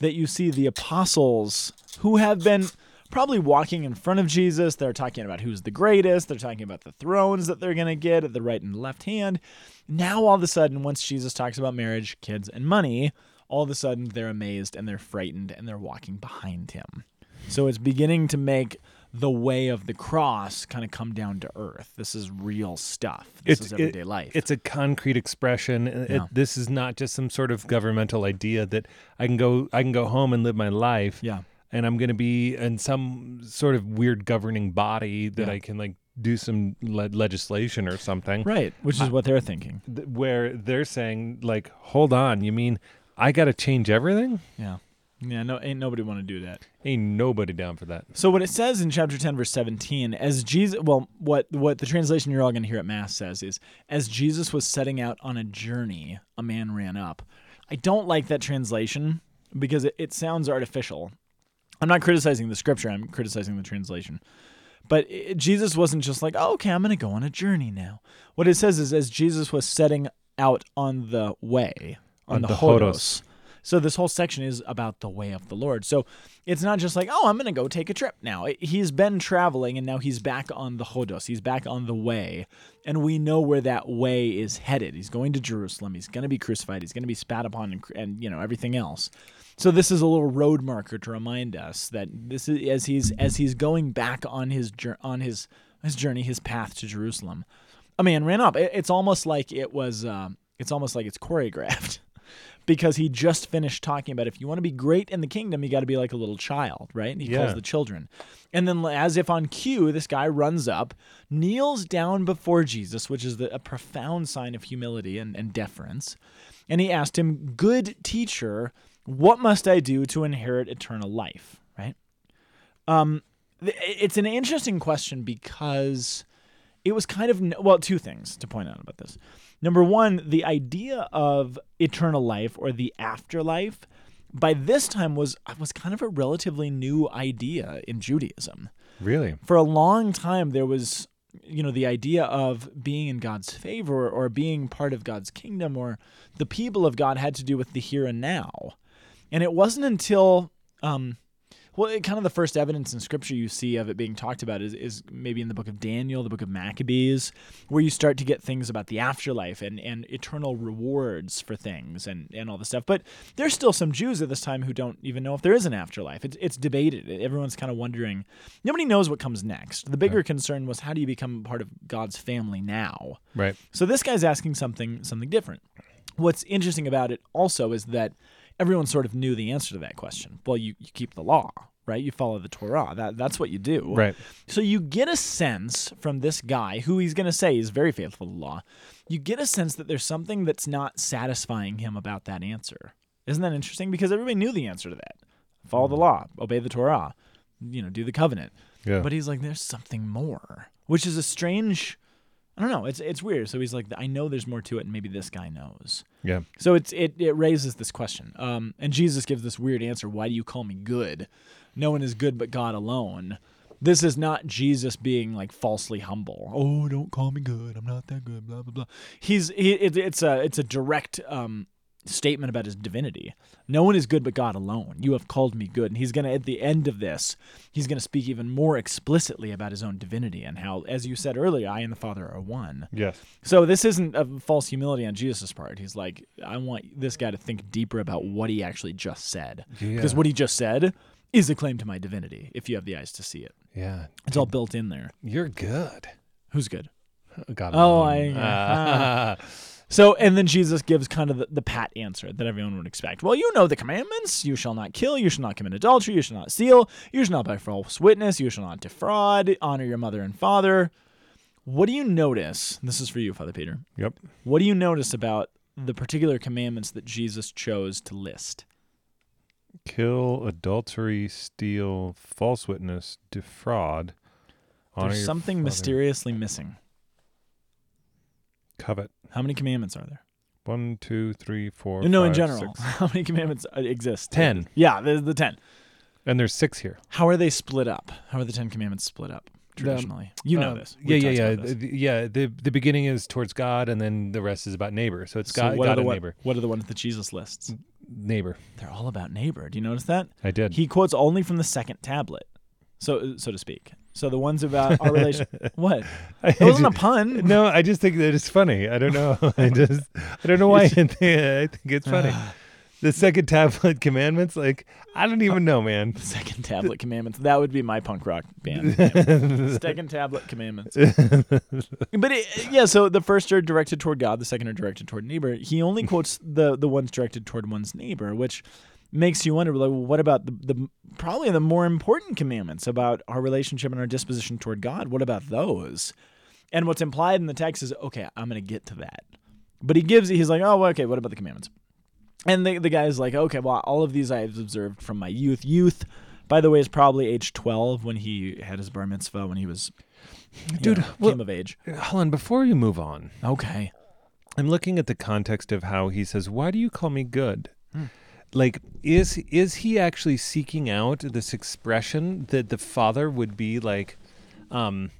Speaker 3: that you see the apostles who have been probably walking in front of Jesus. They're talking about who's the greatest. They're talking about the thrones that they're going to get at the right and left hand. Now all of a sudden, once Jesus talks about marriage, kids, and money, all of a sudden they're amazed and they're frightened and they're walking behind him. So it's beginning to make the way of the cross kind of come down to earth. This is real stuff. This is everyday
Speaker 2: it-
Speaker 3: life.
Speaker 2: It's a concrete expression. It-
Speaker 3: Yeah.
Speaker 2: this is not just some sort of governmental idea that I can go I can go home and live my life.
Speaker 3: yeah.
Speaker 2: And I'm going to be in some sort of weird governing body that
Speaker 3: Yeah.
Speaker 2: I can like do some le- legislation or something.
Speaker 3: Right, which is what they're thinking.
Speaker 2: Th- where they're saying like, "Hold on, you mean I got to change everything?"
Speaker 3: Yeah. Yeah, no ain't nobody want to do that.
Speaker 2: Ain't nobody down for that.
Speaker 3: So what it says in chapter 10 verse 17 as Jesus well what what the translation you're all going to hear at mass says is as Jesus was setting out on a journey a man ran up. I don't like that translation because it, it sounds artificial. I'm not criticizing the scripture, I'm criticizing the translation. But it, Jesus wasn't just like, oh, "Okay, I'm going to go on a journey now." What it says is as Jesus was setting out on the way on,
Speaker 2: On
Speaker 3: the,
Speaker 2: the
Speaker 3: hodos.
Speaker 2: hodos.
Speaker 3: So this whole section is about the way of the Lord. So it's not just like, oh, I'm going to go take a trip now. It- He's been traveling and now he's back on the Hodos. He's back on the way. And we know where that way is headed. He's going to Jerusalem. He's going to be crucified. He's going to be spat upon and, cru- and you know, everything else. So this is a little road marker to remind us that this is as he's as he's going back on his jour- on his his journey, his path to Jerusalem. A man ran up. It- It's almost like it was. Uh, it's almost like it's choreographed because he just finished talking about if you want to be great in the kingdom, you got to be like a little child, right? And he
Speaker 2: Yeah.
Speaker 3: calls the children. And then, as if on cue, this guy runs up, kneels down before Jesus, which is the, a profound sign of humility and, and deference. And he asked him, Good teacher, what must I do to inherit eternal life, right? Um, th- it's an interesting question because it was kind of n- well two things to point out about this number one the idea of eternal life or the afterlife by this time was uh, was kind of a relatively new idea in judaism
Speaker 2: Really?
Speaker 3: for a long time there was you know the idea of being in god's favor or being part of god's kingdom or the people of god had to do with the here and now and it wasn't until um Well, it, kind of the first evidence in scripture you see of it being talked about is, is maybe in the book of Daniel, the book of Maccabees, where you start to get things about the afterlife and, and eternal rewards for things and, and all this stuff. But there's still some Jews at this time who don't even know if there is an afterlife. It's, it's debated. Everyone's kind of wondering. Nobody knows what comes next. The bigger concern was how do you become part of God's family now?
Speaker 2: Right.
Speaker 3: So this guy's asking something something different. What's interesting about it also is that everyone sort of knew the answer to that question. Well, you, you keep the law, right? You follow the Torah. That that's what you do.
Speaker 2: Right.
Speaker 3: So you get a sense from this guy who he's gonna say is very faithful to law, you get a sense that there's something that's not satisfying him about that answer. Isn't that interesting? Because everybody knew the answer to that. Follow the law, obey the Torah, you know, do the covenant.
Speaker 2: Yeah.
Speaker 3: But he's like, there's something more, which is a strange. I don't know. It's it's weird. So he's like, I know there's more to it, and maybe this guy knows.
Speaker 2: yeah.
Speaker 3: So it's it it raises this question. Um, and Jesus gives this weird answer. Why do you call me good? No one is good but God alone. This is not Jesus being like falsely humble. Oh, don't call me good. I'm not that good. Blah blah blah. He's he, it, it's a it's a direct um statement about his divinity. No one is good but God alone. You have called me good. And he's going to, at the end of this, he's going to speak even more explicitly about his own divinity and how, as you said earlier, I and the Father are one.
Speaker 2: Yes.
Speaker 3: So this isn't a false humility on Jesus' part. He's like, I want this guy to think deeper about what he actually just said. Because
Speaker 2: Yeah.
Speaker 3: what he just said is a claim to my divinity, if you have the eyes to see it.
Speaker 2: Yeah.
Speaker 3: It's all built in there.
Speaker 2: You're good.
Speaker 3: Who's good?
Speaker 2: God.
Speaker 3: Oh,
Speaker 2: alone.
Speaker 3: I-
Speaker 2: Ah.
Speaker 3: So, and then Jesus gives kind of the, the pat answer that everyone would expect. Well, you know the commandments. You shall not kill. You shall not commit adultery. You shall not steal. You shall not bear false witness. You shall not defraud. Honor your mother and father. What do you notice? This is for you, Father Peter.
Speaker 2: Yep.
Speaker 3: What do you notice about the particular commandments that Jesus chose to list?
Speaker 2: Kill, adultery, steal, false witness, defraud. honor
Speaker 3: There's
Speaker 2: your
Speaker 3: something
Speaker 2: father,
Speaker 3: mysteriously missing.
Speaker 2: Covet.
Speaker 3: How many commandments are there?
Speaker 2: One, two, three, four.
Speaker 3: no, in
Speaker 2: five,
Speaker 3: general.
Speaker 2: six.
Speaker 3: How many commandments uh, exist?
Speaker 2: Ten.
Speaker 3: Yeah, there's the ten.
Speaker 2: And there's six here.
Speaker 3: How are they split up? How are the Ten Commandments split up traditionally? you know
Speaker 2: Um,
Speaker 3: this.
Speaker 2: Yeah,
Speaker 3: We've
Speaker 2: yeah,
Speaker 3: talked
Speaker 2: yeah.
Speaker 3: about this.
Speaker 2: Th- th- Yeah. The the beginning is towards God, and then the rest is about neighbor. So it's
Speaker 3: So
Speaker 2: God,
Speaker 3: what, are
Speaker 2: God
Speaker 3: the
Speaker 2: and
Speaker 3: one-
Speaker 2: neighbor.
Speaker 3: what are the ones that Jesus lists?
Speaker 2: Neighbor.
Speaker 3: They're all about neighbor. Do you notice that?
Speaker 2: I did.
Speaker 3: He quotes only from the second tablet, so so to speak. So the ones about our relation. what? It wasn't a pun.
Speaker 2: No, I just think that it's funny. I don't know. I just I don't know why I think I think it's funny. The second tablet commandments, like I don't even know, man.
Speaker 3: Second Tablet Commandments. That would be my punk rock band. name. second Tablet Commandments. but it, yeah, so the first are directed toward God, the second are directed toward neighbor. He only
Speaker 2: Hmm.
Speaker 3: quotes the the ones directed toward one's neighbor, which makes you wonder like well, what about the, the probably the more important commandments about our relationship and our disposition toward God? What about those? And what's implied in the text is okay, I'm going to get to that. But he gives he's like, "Oh, well, okay, what about the commandments?" And the, the guy's like, okay, well, all of these I have observed from my youth. Youth, by the way, is probably age 12 when he had his bar mitzvah, when he was, you
Speaker 2: Dude,
Speaker 3: know,
Speaker 2: well-
Speaker 3: came of age.
Speaker 2: Hold on, before you move on,
Speaker 3: Okay.
Speaker 2: I'm looking at the context of how he says, "Why do you call me good?"
Speaker 3: Hmm.
Speaker 2: Like, is is he actually seeking out this expression that the father would be like, um,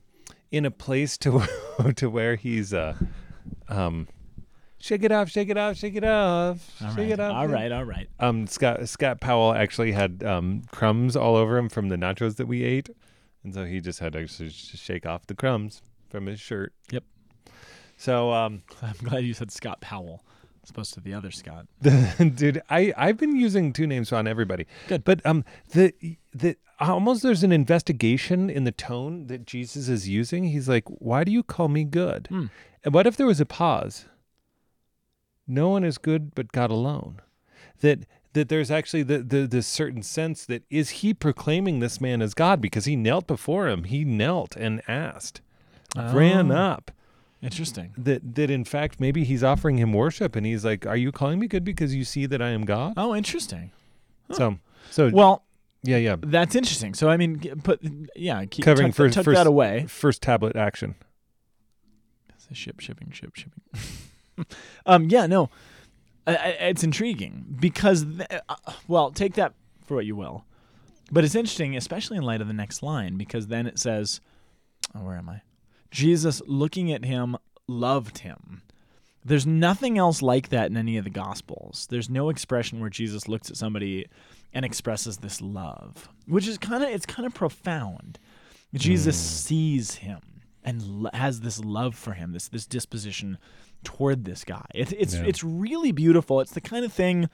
Speaker 2: in a place to to where he's uh, um, shake it off, shake it off, shake it off,
Speaker 3: All
Speaker 2: shake
Speaker 3: right.
Speaker 2: it off.
Speaker 3: All right. All right.
Speaker 2: Um, Scott Scott Powell actually had um, crumbs all over him from the nachos that we ate, and so he just had to actually sh- shake off the crumbs from his shirt.
Speaker 3: Yep.
Speaker 2: So, um,
Speaker 3: I'm glad you said Scott Powell as opposed to the other Scott.
Speaker 2: dude, I I've been using two names on everybody.
Speaker 3: Good.
Speaker 2: but um, the the almost there's an investigation in the tone that Jesus is using. He's like, "Why do you call me good?"
Speaker 3: Hmm.
Speaker 2: And what if there was a pause? No one is good but God alone. That that there's actually the, the this certain sense that is he proclaiming this man as God because he knelt before him. He knelt and asked, ran
Speaker 3: Oh.
Speaker 2: up
Speaker 3: Interesting.
Speaker 2: that that in fact maybe he's offering him worship and he's like are you calling me good because you see that i am god
Speaker 3: Oh, interesting.
Speaker 2: so so
Speaker 3: Well,
Speaker 2: yeah yeah
Speaker 3: that's interesting. So, I mean, g- put, yeah, keep,
Speaker 2: Covering
Speaker 3: tuck,
Speaker 2: first-
Speaker 3: tuck
Speaker 2: first-
Speaker 3: that away.
Speaker 2: first tablet action
Speaker 3: It's a ship, shipping, ship, shipping. um, yeah, no, I, I, it's intriguing because, th- uh, well, take that for what you will, but it's interesting, especially in light of the next line, because then it says, oh, "Where am I?" Jesus, looking at him, loved him. There's nothing else like that in any of the Gospels. There's no expression where Jesus looks at somebody and expresses this love, which is kind of it's kind of profound. Jesus sees him and l- has this love for him, this this disposition toward this guy. It's it's
Speaker 2: Yeah.
Speaker 3: it's really beautiful. It's the kind of thing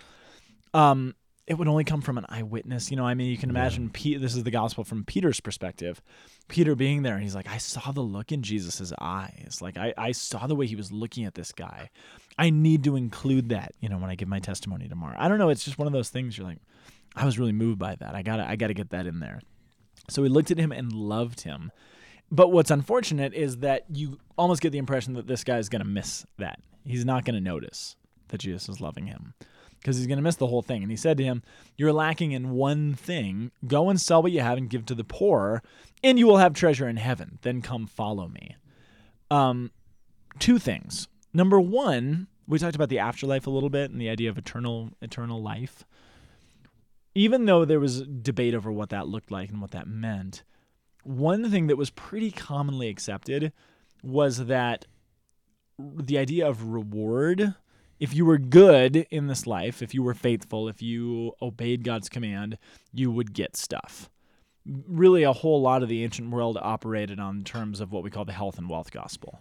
Speaker 3: um, it would only come from an eyewitness. You know, I mean, you can imagine Pe- this is the gospel from Peter's perspective. Peter being there, and he's like, I saw the look in Jesus' eyes. Like, I, I saw the way he was looking at this guy. I need to include that, you know, when I give my testimony tomorrow. I don't know. It's just one of those things you're like, I was really moved by that. I gotta, I gotta get that in there. So he looked at him and loved him. But what's unfortunate is that you almost get the impression that this guy is going to miss that. He's not going to notice that Jesus is loving him because he's going to miss the whole thing. And he said to him, You're lacking in one thing. Go and sell what you have and give to the poor, and you will have treasure in heaven. Then come follow me. Um, two things. Number one, we talked about the afterlife a little bit and the idea of eternal eternal life. Even though there was debate over what that looked like and what that meant, one thing that was pretty commonly accepted was that the idea of reward if you were good in this life if you were faithful if you obeyed god's command you would get stuff really a whole lot of the ancient world operated on terms of what we call the health and wealth gospel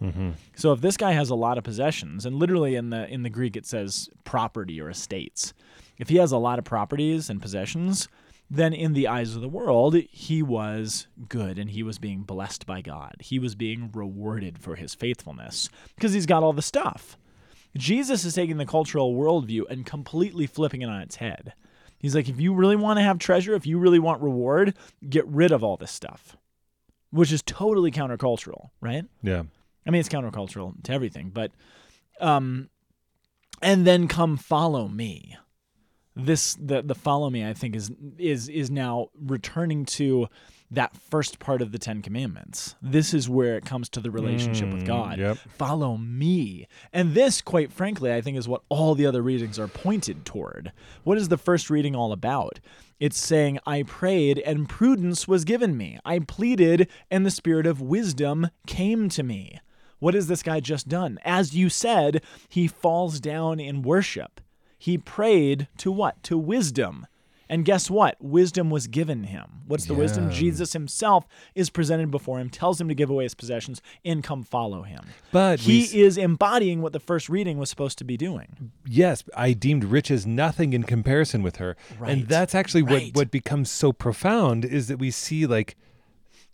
Speaker 3: so if this guy has a lot of possessions and literally in the in the greek it says property or estates if he has a lot of properties and possessions then in the eyes of the world, he was good and he was being blessed by God. He was being rewarded for his faithfulness because he's got all the stuff. Jesus is taking the cultural worldview and completely flipping it on its head. He's like, if you really want to have treasure, if you really want reward, get rid of all this stuff, which is totally countercultural, right?
Speaker 2: Yeah.
Speaker 3: I mean, it's countercultural to everything, but um, and then come follow me. This the the follow me I think is is is now returning to that first part of the Ten Commandments. This is where it comes to the relationship with
Speaker 2: Mm,
Speaker 3: God.
Speaker 2: yep.
Speaker 3: Follow me, and this, quite frankly, I think is what all the other readings are pointed toward. What is the first reading all about? It's saying, "I prayed, and prudence was given me. I pleaded, and the spirit of wisdom came to me." What has this guy just done? As you said, he falls down in worship. He prayed to what? To wisdom. And guess what? Wisdom was given him. What's the wisdom?
Speaker 2: Yeah.
Speaker 3: Jesus himself is presented before him, tells him to give away his possessions, and come follow him.
Speaker 2: But we
Speaker 3: he
Speaker 2: s-
Speaker 3: is embodying what the first reading was supposed to be doing.
Speaker 2: yes, I deemed riches nothing in comparison with her.
Speaker 3: Right.
Speaker 2: And that's actually
Speaker 3: Right.
Speaker 2: what, what becomes so profound is that we see like,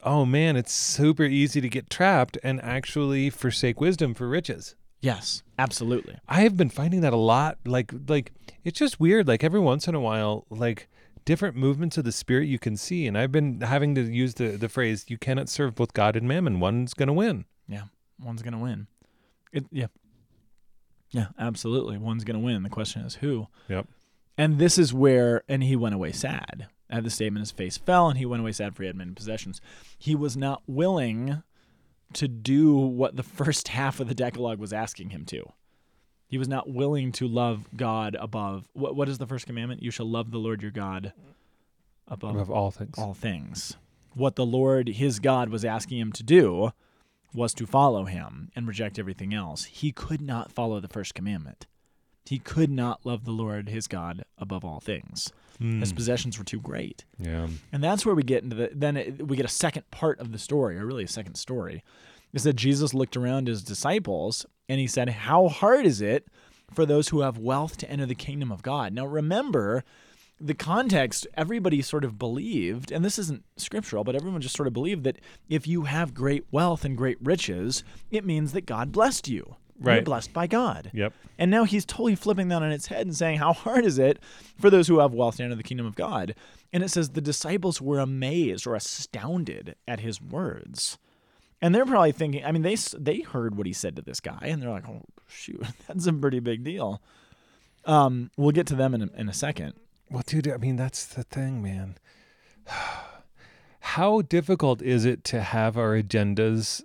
Speaker 2: oh man, it's super easy to get trapped and actually forsake wisdom for riches.
Speaker 3: Yes, absolutely.
Speaker 2: I have been finding that a lot. Like like it's just weird. Like every once in a while, like different movements of the spirit you can see. And I've been having to use the, the phrase, you cannot serve both God and mammon. One's gonna win.
Speaker 3: Yeah, one's going to win. It, yeah. Yeah, absolutely. One's going to win. The question is who?
Speaker 2: Yep.
Speaker 3: And this is where, and he went away sad. At the statement, his face fell, and he went away sad for he had many possessions. He was not willing to do what the first half of the Decalogue was asking him to. He was not willing to love God above. What, what is the first commandment? You shall love the Lord your God above
Speaker 2: Above all things.
Speaker 3: all things. What the Lord, his God, was asking him to do was to follow him and reject everything else. He could not follow the first commandment. He could not love the Lord, his God, above all things. His possessions were too great.
Speaker 2: Yeah.
Speaker 3: And that's where we get into the then it, we get a second part of the story, or really a second story, is that Jesus looked around his disciples and he said, "How hard is it for those who have wealth to enter the kingdom of God?" Now remember, the context everybody sort of believed, and this isn't scriptural, but everyone just sort of believed that if you have great wealth and great riches, it means that God blessed you. You're
Speaker 2: Right.
Speaker 3: blessed by God.
Speaker 2: Yep.
Speaker 3: And now he's totally flipping that on its head and saying, How hard is it for those who have wealth to enter the kingdom of God? And it says, The disciples were amazed or astounded at his words. And they're probably thinking, I mean, they, s- they heard what he said to this guy, and they're like, Oh, shoot, that's a pretty big deal. Um, we'll get to them in a, in a second.
Speaker 2: Well, dude, I mean, that's the thing, man. How difficult is it to have our agendas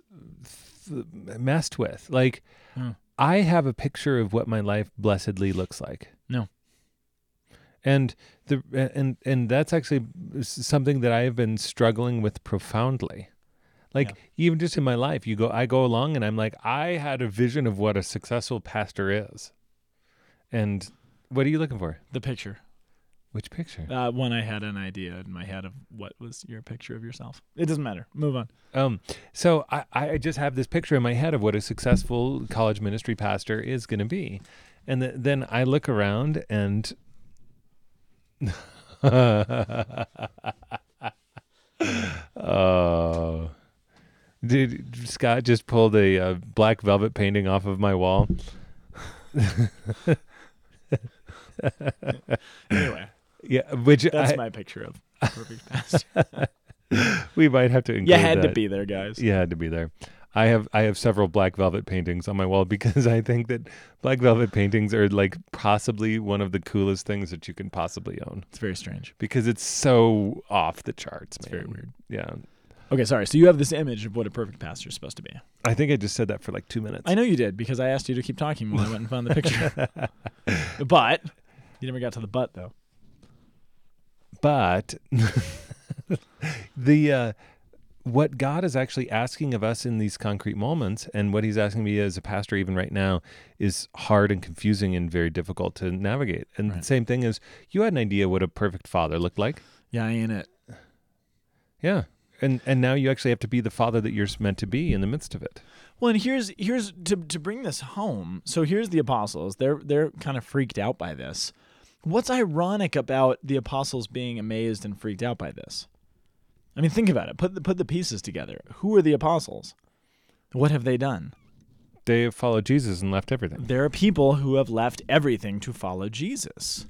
Speaker 2: th- messed with? Like,
Speaker 3: Mm.
Speaker 2: I have a picture of what my life blessedly looks like.
Speaker 3: No.
Speaker 2: And the and and that's actually s- something that I have been struggling with profoundly. Like even just in my life, you go I go along and I'm like I had a vision of what a successful pastor is. And what are you looking for?
Speaker 3: The picture.
Speaker 2: Which picture?
Speaker 3: Uh, when I had an idea in my head of what was your picture of yourself. It doesn't matter. Move on.
Speaker 2: Um, so I, I just have this picture in my head of what a successful college ministry pastor is going to be, and th- then I look around and. oh, dude! Scott just pulled a uh, black velvet painting off of my wall.
Speaker 3: Anyway,
Speaker 2: Yeah, which
Speaker 3: that's
Speaker 2: I,
Speaker 3: my picture of the perfect pastor.
Speaker 2: we might have to include.
Speaker 3: you had to
Speaker 2: that.
Speaker 3: be there, guys.
Speaker 2: Yeah, had to be there. I have I have several black velvet paintings on my wall because I think that black velvet paintings are like possibly one of the coolest things that you can possibly own
Speaker 3: It's very strange.
Speaker 2: because it's so off the charts. It's
Speaker 3: very weird.
Speaker 2: Yeah,
Speaker 3: Okay, sorry. So you have this image of what a perfect pastor is supposed to be.
Speaker 2: I think I just said that for like two minutes.
Speaker 3: I know you did because I asked you to keep talking while I went and found the picture. but you never got to the butt though.
Speaker 2: but the uh, what God is actually asking of us in these concrete moments, and what He's asking me as a pastor, even right now, is hard and confusing and very difficult to navigate. And the
Speaker 3: Right.
Speaker 2: same thing is, you had an idea what a perfect father looked like.
Speaker 3: Yeah, I ain't it.
Speaker 2: Yeah. And and now you actually have to be the father that you're meant to be in the midst of it.
Speaker 3: Well, and here's here's to to bring this home. So here's the apostles. They're they're kind of freaked out by this. What's ironic about the apostles being amazed and freaked out by this? I mean, think about it. Put the, put the pieces together. Who are the apostles? What have they done?
Speaker 2: They have followed Jesus and left everything.
Speaker 3: There are people who have left everything to follow Jesus.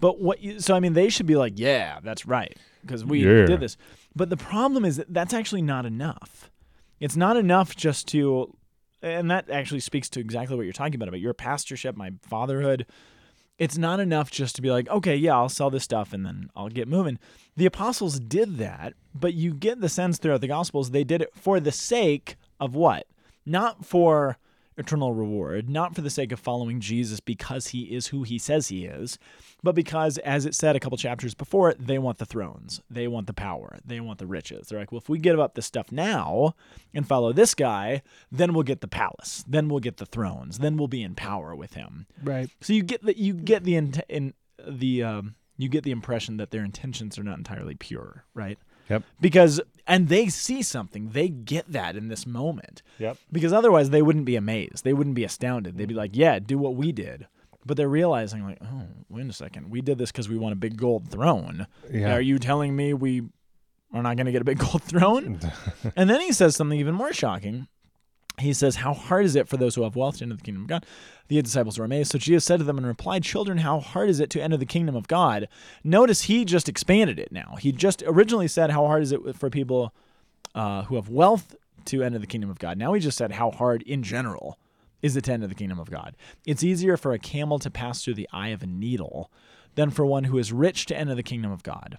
Speaker 3: But what you, so I mean they should be like, yeah, that's right because we
Speaker 2: Yeah.
Speaker 3: did this. But the problem is that that's actually not enough. It's not enough just to and that actually speaks to exactly what you're talking about about your pastorship, my fatherhood. It's not enough just to be like, okay, yeah, I'll sell this stuff and then I'll get moving. The apostles did that, but you get the sense throughout the gospels they did it for the sake of what? Not for eternal reward, not for the sake of following Jesus because he is who he says he is, but because, as it said a couple chapters before, they want the thrones, they want the power, they want the riches. They're like, well, if we give up this stuff now and follow this guy, then we'll get the palace, then we'll get the thrones, then we'll be in power with him.
Speaker 2: Right.
Speaker 3: So you get that you get the in, in the um, you get the impression that their intentions are not entirely pure, right?
Speaker 2: Yep.
Speaker 3: Because and they see something, they get that in this moment.
Speaker 2: Yep.
Speaker 3: Because otherwise they wouldn't be amazed, they wouldn't be astounded. They'd be like, "Yeah, do what we did." But they're realizing like, "Oh, wait a second. We did this cuz we want a big gold throne.
Speaker 2: Yeah.
Speaker 3: Are you telling me we are not going to get a big gold throne?" and then he says something even more shocking he says, How hard is it for those who have wealth to enter the kingdom of God? The disciples were amazed. So Jesus said to them and replied, Children, how hard is it to enter the kingdom of God? Notice he just expanded it now. He just originally said, How hard is it for people uh, who have wealth to enter the kingdom of God? Now he just said, How hard in general is it to enter the kingdom of God? It's easier for a camel to pass through the eye of a needle than for one who is rich to enter the kingdom of God.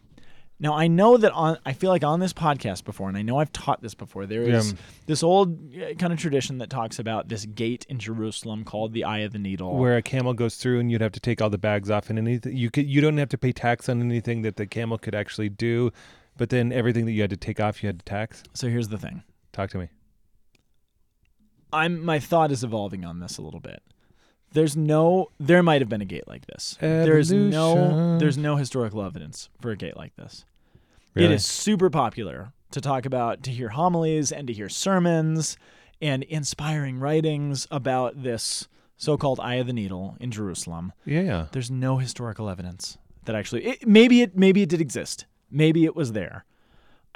Speaker 3: Now I know that on I feel like on this podcast before, and I know I've taught this before. There is
Speaker 2: Yeah.
Speaker 3: this old uh, kind of tradition that talks about this gate in Jerusalem called the Eye of the Needle.
Speaker 2: Where a camel goes through and you'd have to take all the bags off and anything you could you don't have to pay tax on anything that the camel could actually do, but then everything that you had to take off you had to tax.
Speaker 3: so here's the thing.
Speaker 2: Talk to me.
Speaker 3: I'm my thought is evolving on this a little bit. There's no there might have been a gate like this. There's no
Speaker 2: Evolution.
Speaker 3: there's no historical evidence for a gate like this.
Speaker 2: Really?
Speaker 3: It is super popular to talk about to hear homilies and to hear sermons and inspiring writings about this so-called eye of the needle in Jerusalem.
Speaker 2: Yeah, yeah.
Speaker 3: There's no historical evidence that actually it, maybe it maybe it did exist. Maybe it was there.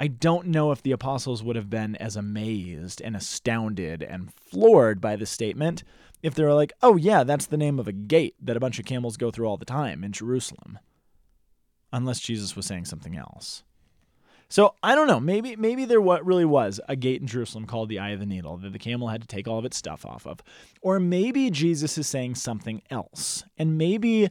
Speaker 3: I don't know if the apostles would have been as amazed and astounded and floored by the statement if they were like, "Oh yeah, that's the name of a gate that a bunch of camels go through all the time in Jerusalem." Unless Jesus was saying something else. So I don't know. Maybe maybe there what really was a gate in Jerusalem called the Eye of the Needle that the camel had to take all of its stuff off of, or maybe Jesus is saying something else, and maybe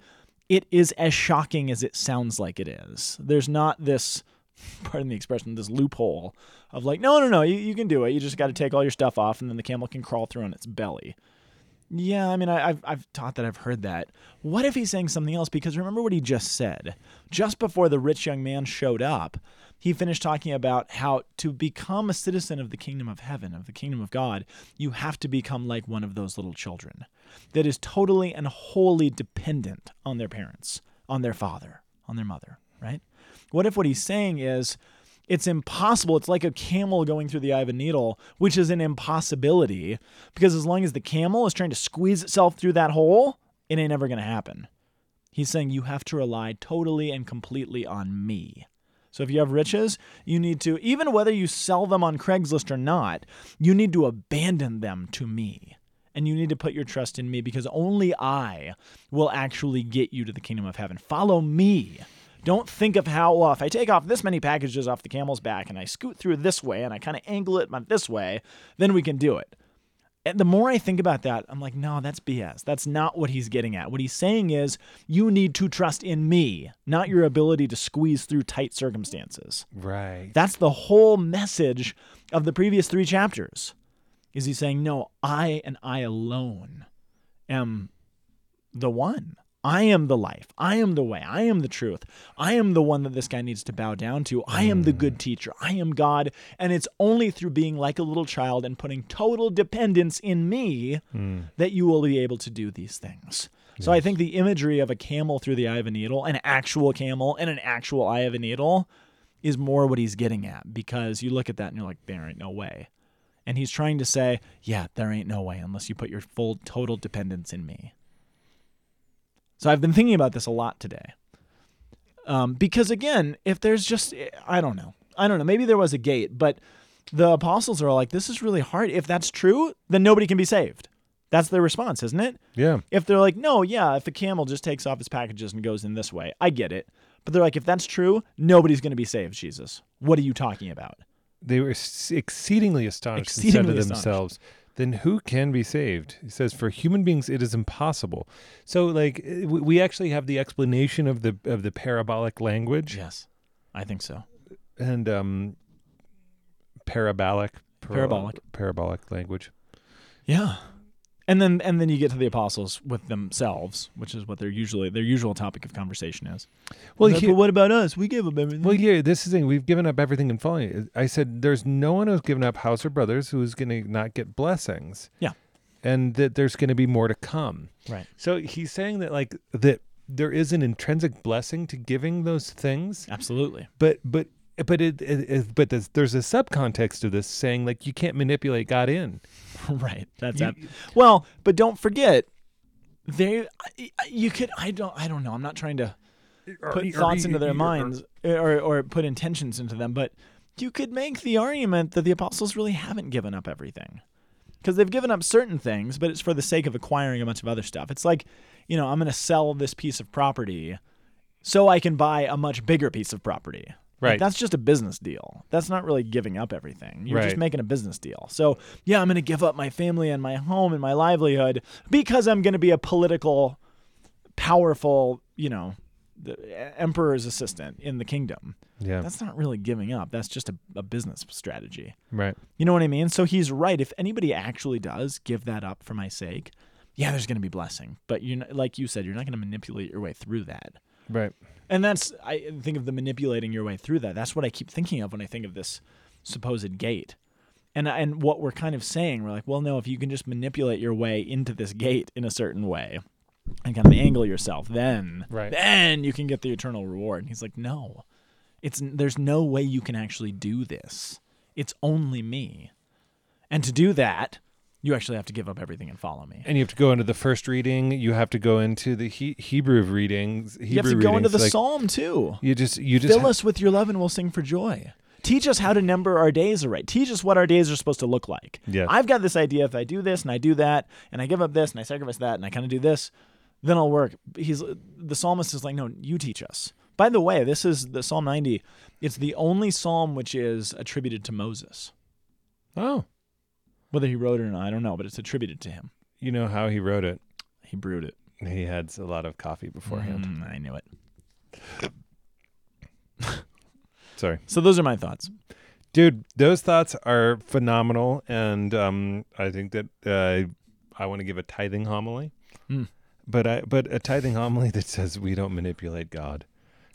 Speaker 3: it is as shocking as it sounds like it is. There's not this, pardon the expression, this loophole of like, no, no, no, you, you can do it. You just got to take all your stuff off, and then the camel can crawl through on its belly. Yeah, I mean, I, I've I've taught that. I've heard that. What if he's saying something else? Because remember what he just said. Just before the rich young man showed up, he finished talking about how to become a citizen of the kingdom of heaven, of the kingdom of God, you have to become like one of those little children, that is totally and wholly dependent on their parents, on their father, on their mother. Right? What if what he's saying is? it's impossible. It's like a camel going through the eye of a needle, which is an impossibility because as long as the camel is trying to squeeze itself through that hole, it ain't ever going to happen. He's saying you have to rely totally and completely on me. So if you have riches, you need to, even whether you sell them on Craigslist or not, you need to abandon them to me. And you need to put your trust in me because only I will actually get you to the kingdom of heaven. Follow me. Don't think of how, well, if I take off this many packages off the camel's back and I scoot through this way and I kind of angle it my- this way, then we can do it. And the more I think about that, I'm like, no, that's BS. That's not what he's getting at. What he's saying is, you need to trust in me, not your ability to squeeze through tight circumstances.
Speaker 2: Right.
Speaker 3: That's the whole message of the previous three chapters. Is he saying, no, I and I alone am the one. I am the life. I am the way. I am the truth. I am the one that this guy needs to bow down to. I am the good teacher. I am God. And it's only through being like a little child and putting total dependence in me that you will be able to do these things. So I think the imagery of a camel through the eye of a needle, an actual camel and an actual eye of a needle, is more what he's getting at because you look at that and you're like, there ain't no way. And he's trying to say, yeah, there ain't no way unless you put your full total dependence in me. So I've been thinking about this a lot today. Um, because again, if there's just, I don't know. I don't know. Maybe there was a gate, but the apostles are like, this is really hard. If that's true, then nobody can be saved. That's their response, isn't it?
Speaker 2: Yeah.
Speaker 3: If they're like, no, yeah, if a camel just takes off his packages and goes in this way, I get it. But they're like, if that's true, nobody's going to be saved, Jesus. What are you talking about?
Speaker 2: They were s- exceedingly astonished
Speaker 3: Exceedingly
Speaker 2: and said to
Speaker 3: astonished.
Speaker 2: themselves, Then who can be saved? He says, For human beings, it is impossible. So, like, eh, we we actually have the explanation of the of the parabolic language
Speaker 3: Yes, I think so.
Speaker 2: and um, parabolic, para-
Speaker 3: Parabolic.
Speaker 2: parabolic language.
Speaker 3: Yeah. And then and then you get to the apostles with themselves, which is what their usually their usual topic of conversation is.
Speaker 2: Well,
Speaker 3: Like,
Speaker 2: he-
Speaker 3: but what about us? We gave them everything.
Speaker 2: Well, yeah, this is the thing. We've given up everything and following. I said, there's no one who's given up house or brothers who's going to not get blessings.
Speaker 3: Yeah.
Speaker 2: And that there's going to be more to come.
Speaker 3: right.
Speaker 2: So he's saying that, like, that there is an intrinsic blessing to giving those things,
Speaker 3: Absolutely.
Speaker 2: but, but, but it, it, it but there's, there's a subcontext to this saying like you can't manipulate God in.
Speaker 3: right. That's
Speaker 2: You-
Speaker 3: ab- well, but don't forget they I- I- you could I don't I don't know. I'm not trying to
Speaker 2: e,
Speaker 3: put thoughts into their minds eh, or or put intentions into them, but you could make the argument that the apostles really haven't given up everything. because they've given up certain things, but it's for the sake of acquiring a bunch of other stuff. It's like, you know, I'm going to sell this piece of property so I can buy a much bigger piece of property. Like,
Speaker 2: Right.
Speaker 3: that's just a business deal. That's not really giving up everything. You're just
Speaker 2: Right.
Speaker 3: making a business deal. So, yeah, I'm going to give up my family and my home and my livelihood because I'm going to be a political, powerful, you know, the e, emperor's assistant in the kingdom.
Speaker 2: Yeah.
Speaker 3: That's not really giving up. That's just a, a business strategy.
Speaker 2: right.
Speaker 3: You know what I mean? So he's right. If anybody actually does give that up for my sake, yeah, there's going to be blessing. But you, like you said, you're not going to manipulate your way through that.
Speaker 2: Right.
Speaker 3: And that's I think of the manipulating your way through that. That's what I keep thinking of when I think of this supposed gate. And and what we're kind of saying, we're like, well, no, if you can just manipulate your way into this gate in a certain way and kind of angle yourself, then
Speaker 2: Right.
Speaker 3: then you can get the eternal reward. And he's like, no. It's there's no way you can actually do this. It's only me. And to do that, you actually have to give up everything and follow me.
Speaker 2: And you have to go into the first reading. You have to go into the he- Hebrew readings. Hebrew
Speaker 3: you have to go into
Speaker 2: readings,
Speaker 3: the
Speaker 2: like,
Speaker 3: psalm too.
Speaker 2: You just you just
Speaker 3: Fill
Speaker 2: ha-
Speaker 3: us with your love and we'll sing for joy. Teach us how to number our days aright. Teach us what our days are supposed to look like.
Speaker 2: Yes.
Speaker 3: I've got this idea if I do this and I do that and I give up this and I sacrifice that and I kind of do this, then I'll work. He's the psalmist is like, no, you teach us. By the way, this is the Psalm 90. It's the only psalm which is attributed to Moses.
Speaker 2: Oh,
Speaker 3: Whether he wrote it or not, I don't know, but it's attributed to him.
Speaker 2: you know how he wrote it.
Speaker 3: He brewed it
Speaker 2: He had a lot of coffee beforehand.
Speaker 3: Mm, I knew it.
Speaker 2: Sorry,
Speaker 3: So those are my thoughts.
Speaker 2: dude. Those thoughts are phenomenal, and um, I think that uh, I want to give a tithing homily. But I but a tithing homily that says we don't manipulate God.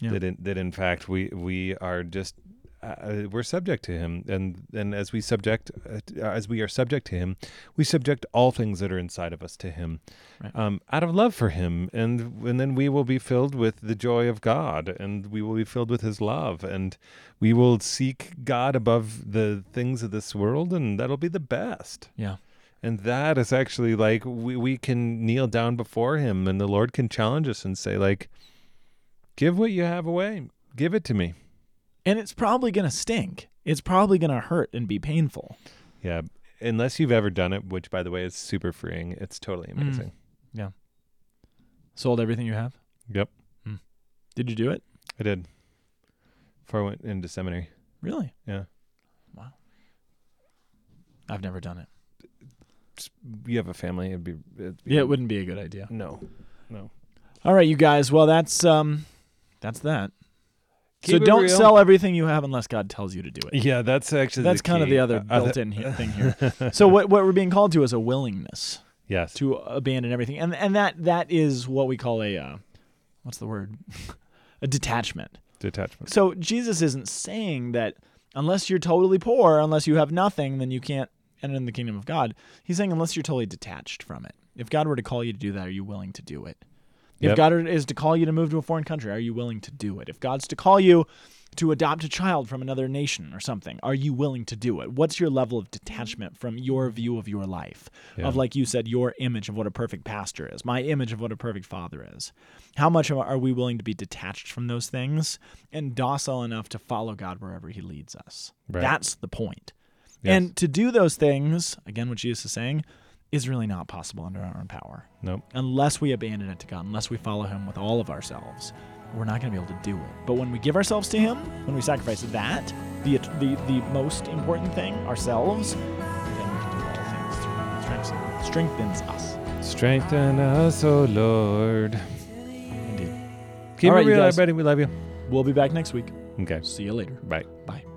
Speaker 3: Yeah.
Speaker 2: That in, that in fact we we are just uh, we're subject to him and and as we subject uh, t- uh, as we are subject to him we subject all things that are inside of us to him
Speaker 3: Right.
Speaker 2: um, out of love for him and and then we will be filled with the joy of god and we will be filled with his love and we will seek god above the things of this world and that'll be the best
Speaker 3: Yeah.
Speaker 2: and that is actually like we, we can kneel down before him and the Lord can challenge us and say, like, give what you have away. Give it to me.
Speaker 3: And it's probably going to stink. It's probably going to hurt and be painful.
Speaker 2: Yeah. Unless you've ever done it, which by the way is super freeing. It's totally amazing.
Speaker 3: Sold everything you have?
Speaker 2: Yep.
Speaker 3: Did you do it?
Speaker 2: I did. Before I went into seminary.
Speaker 3: Really?
Speaker 2: Yeah.
Speaker 3: Wow. I've never done it.
Speaker 2: You have a family, it'd be, it'd be
Speaker 3: Yeah, it wouldn't be a good idea.
Speaker 2: No.
Speaker 3: All right, you guys. Well, that's um that's that. so
Speaker 2: Keep it
Speaker 3: don't
Speaker 2: real.
Speaker 3: sell everything you have unless God tells you to do it.
Speaker 2: Yeah, that's actually
Speaker 3: That's kind of
Speaker 2: key.
Speaker 3: the other
Speaker 2: Uh,
Speaker 3: built-in he- thing here. So what what we're being called to is a willingness
Speaker 2: Yes.
Speaker 3: to abandon everything. And and that that is what we call a uh, what's the word? a detachment.
Speaker 2: detachment.
Speaker 3: So Jesus isn't saying that unless you're totally poor, unless you have nothing, then you can't enter in the kingdom of God. He's saying unless you're totally detached from it. If God were to call you to do that, are you willing to do it? If
Speaker 2: Yep.
Speaker 3: God is to call you to move to a foreign country, are you willing to do it? If God's to call you to adopt a child from another nation or something, are you willing to do it? What's your level of detachment from your view of your life?
Speaker 2: Yeah.
Speaker 3: Of like you said, your image of what a perfect pastor is, my image of what a perfect father is. How much am- are we willing to be detached from those things and docile enough to follow God wherever he leads us?
Speaker 2: Right.
Speaker 3: That's the point.
Speaker 2: Yes.
Speaker 3: And to do those things, again, what Jesus is saying, is really not possible under our own power
Speaker 2: Nope.
Speaker 3: unless we abandon it to God, unless we follow Him with all of ourselves, we're not going to be able to do it. But when we give ourselves to Him, when we sacrifice that, the the, the most important thing, ourselves, then we can do all things through Him. Strengthens, strengthens us.
Speaker 2: Strengthen us, O Lord.
Speaker 3: Indeed.
Speaker 2: Keep
Speaker 3: All right,
Speaker 2: it
Speaker 3: you
Speaker 2: real,
Speaker 3: guys.
Speaker 2: everybody. We love you.
Speaker 3: We'll be back next week.
Speaker 2: Okay.
Speaker 3: See you later.
Speaker 2: Bye.
Speaker 3: Bye.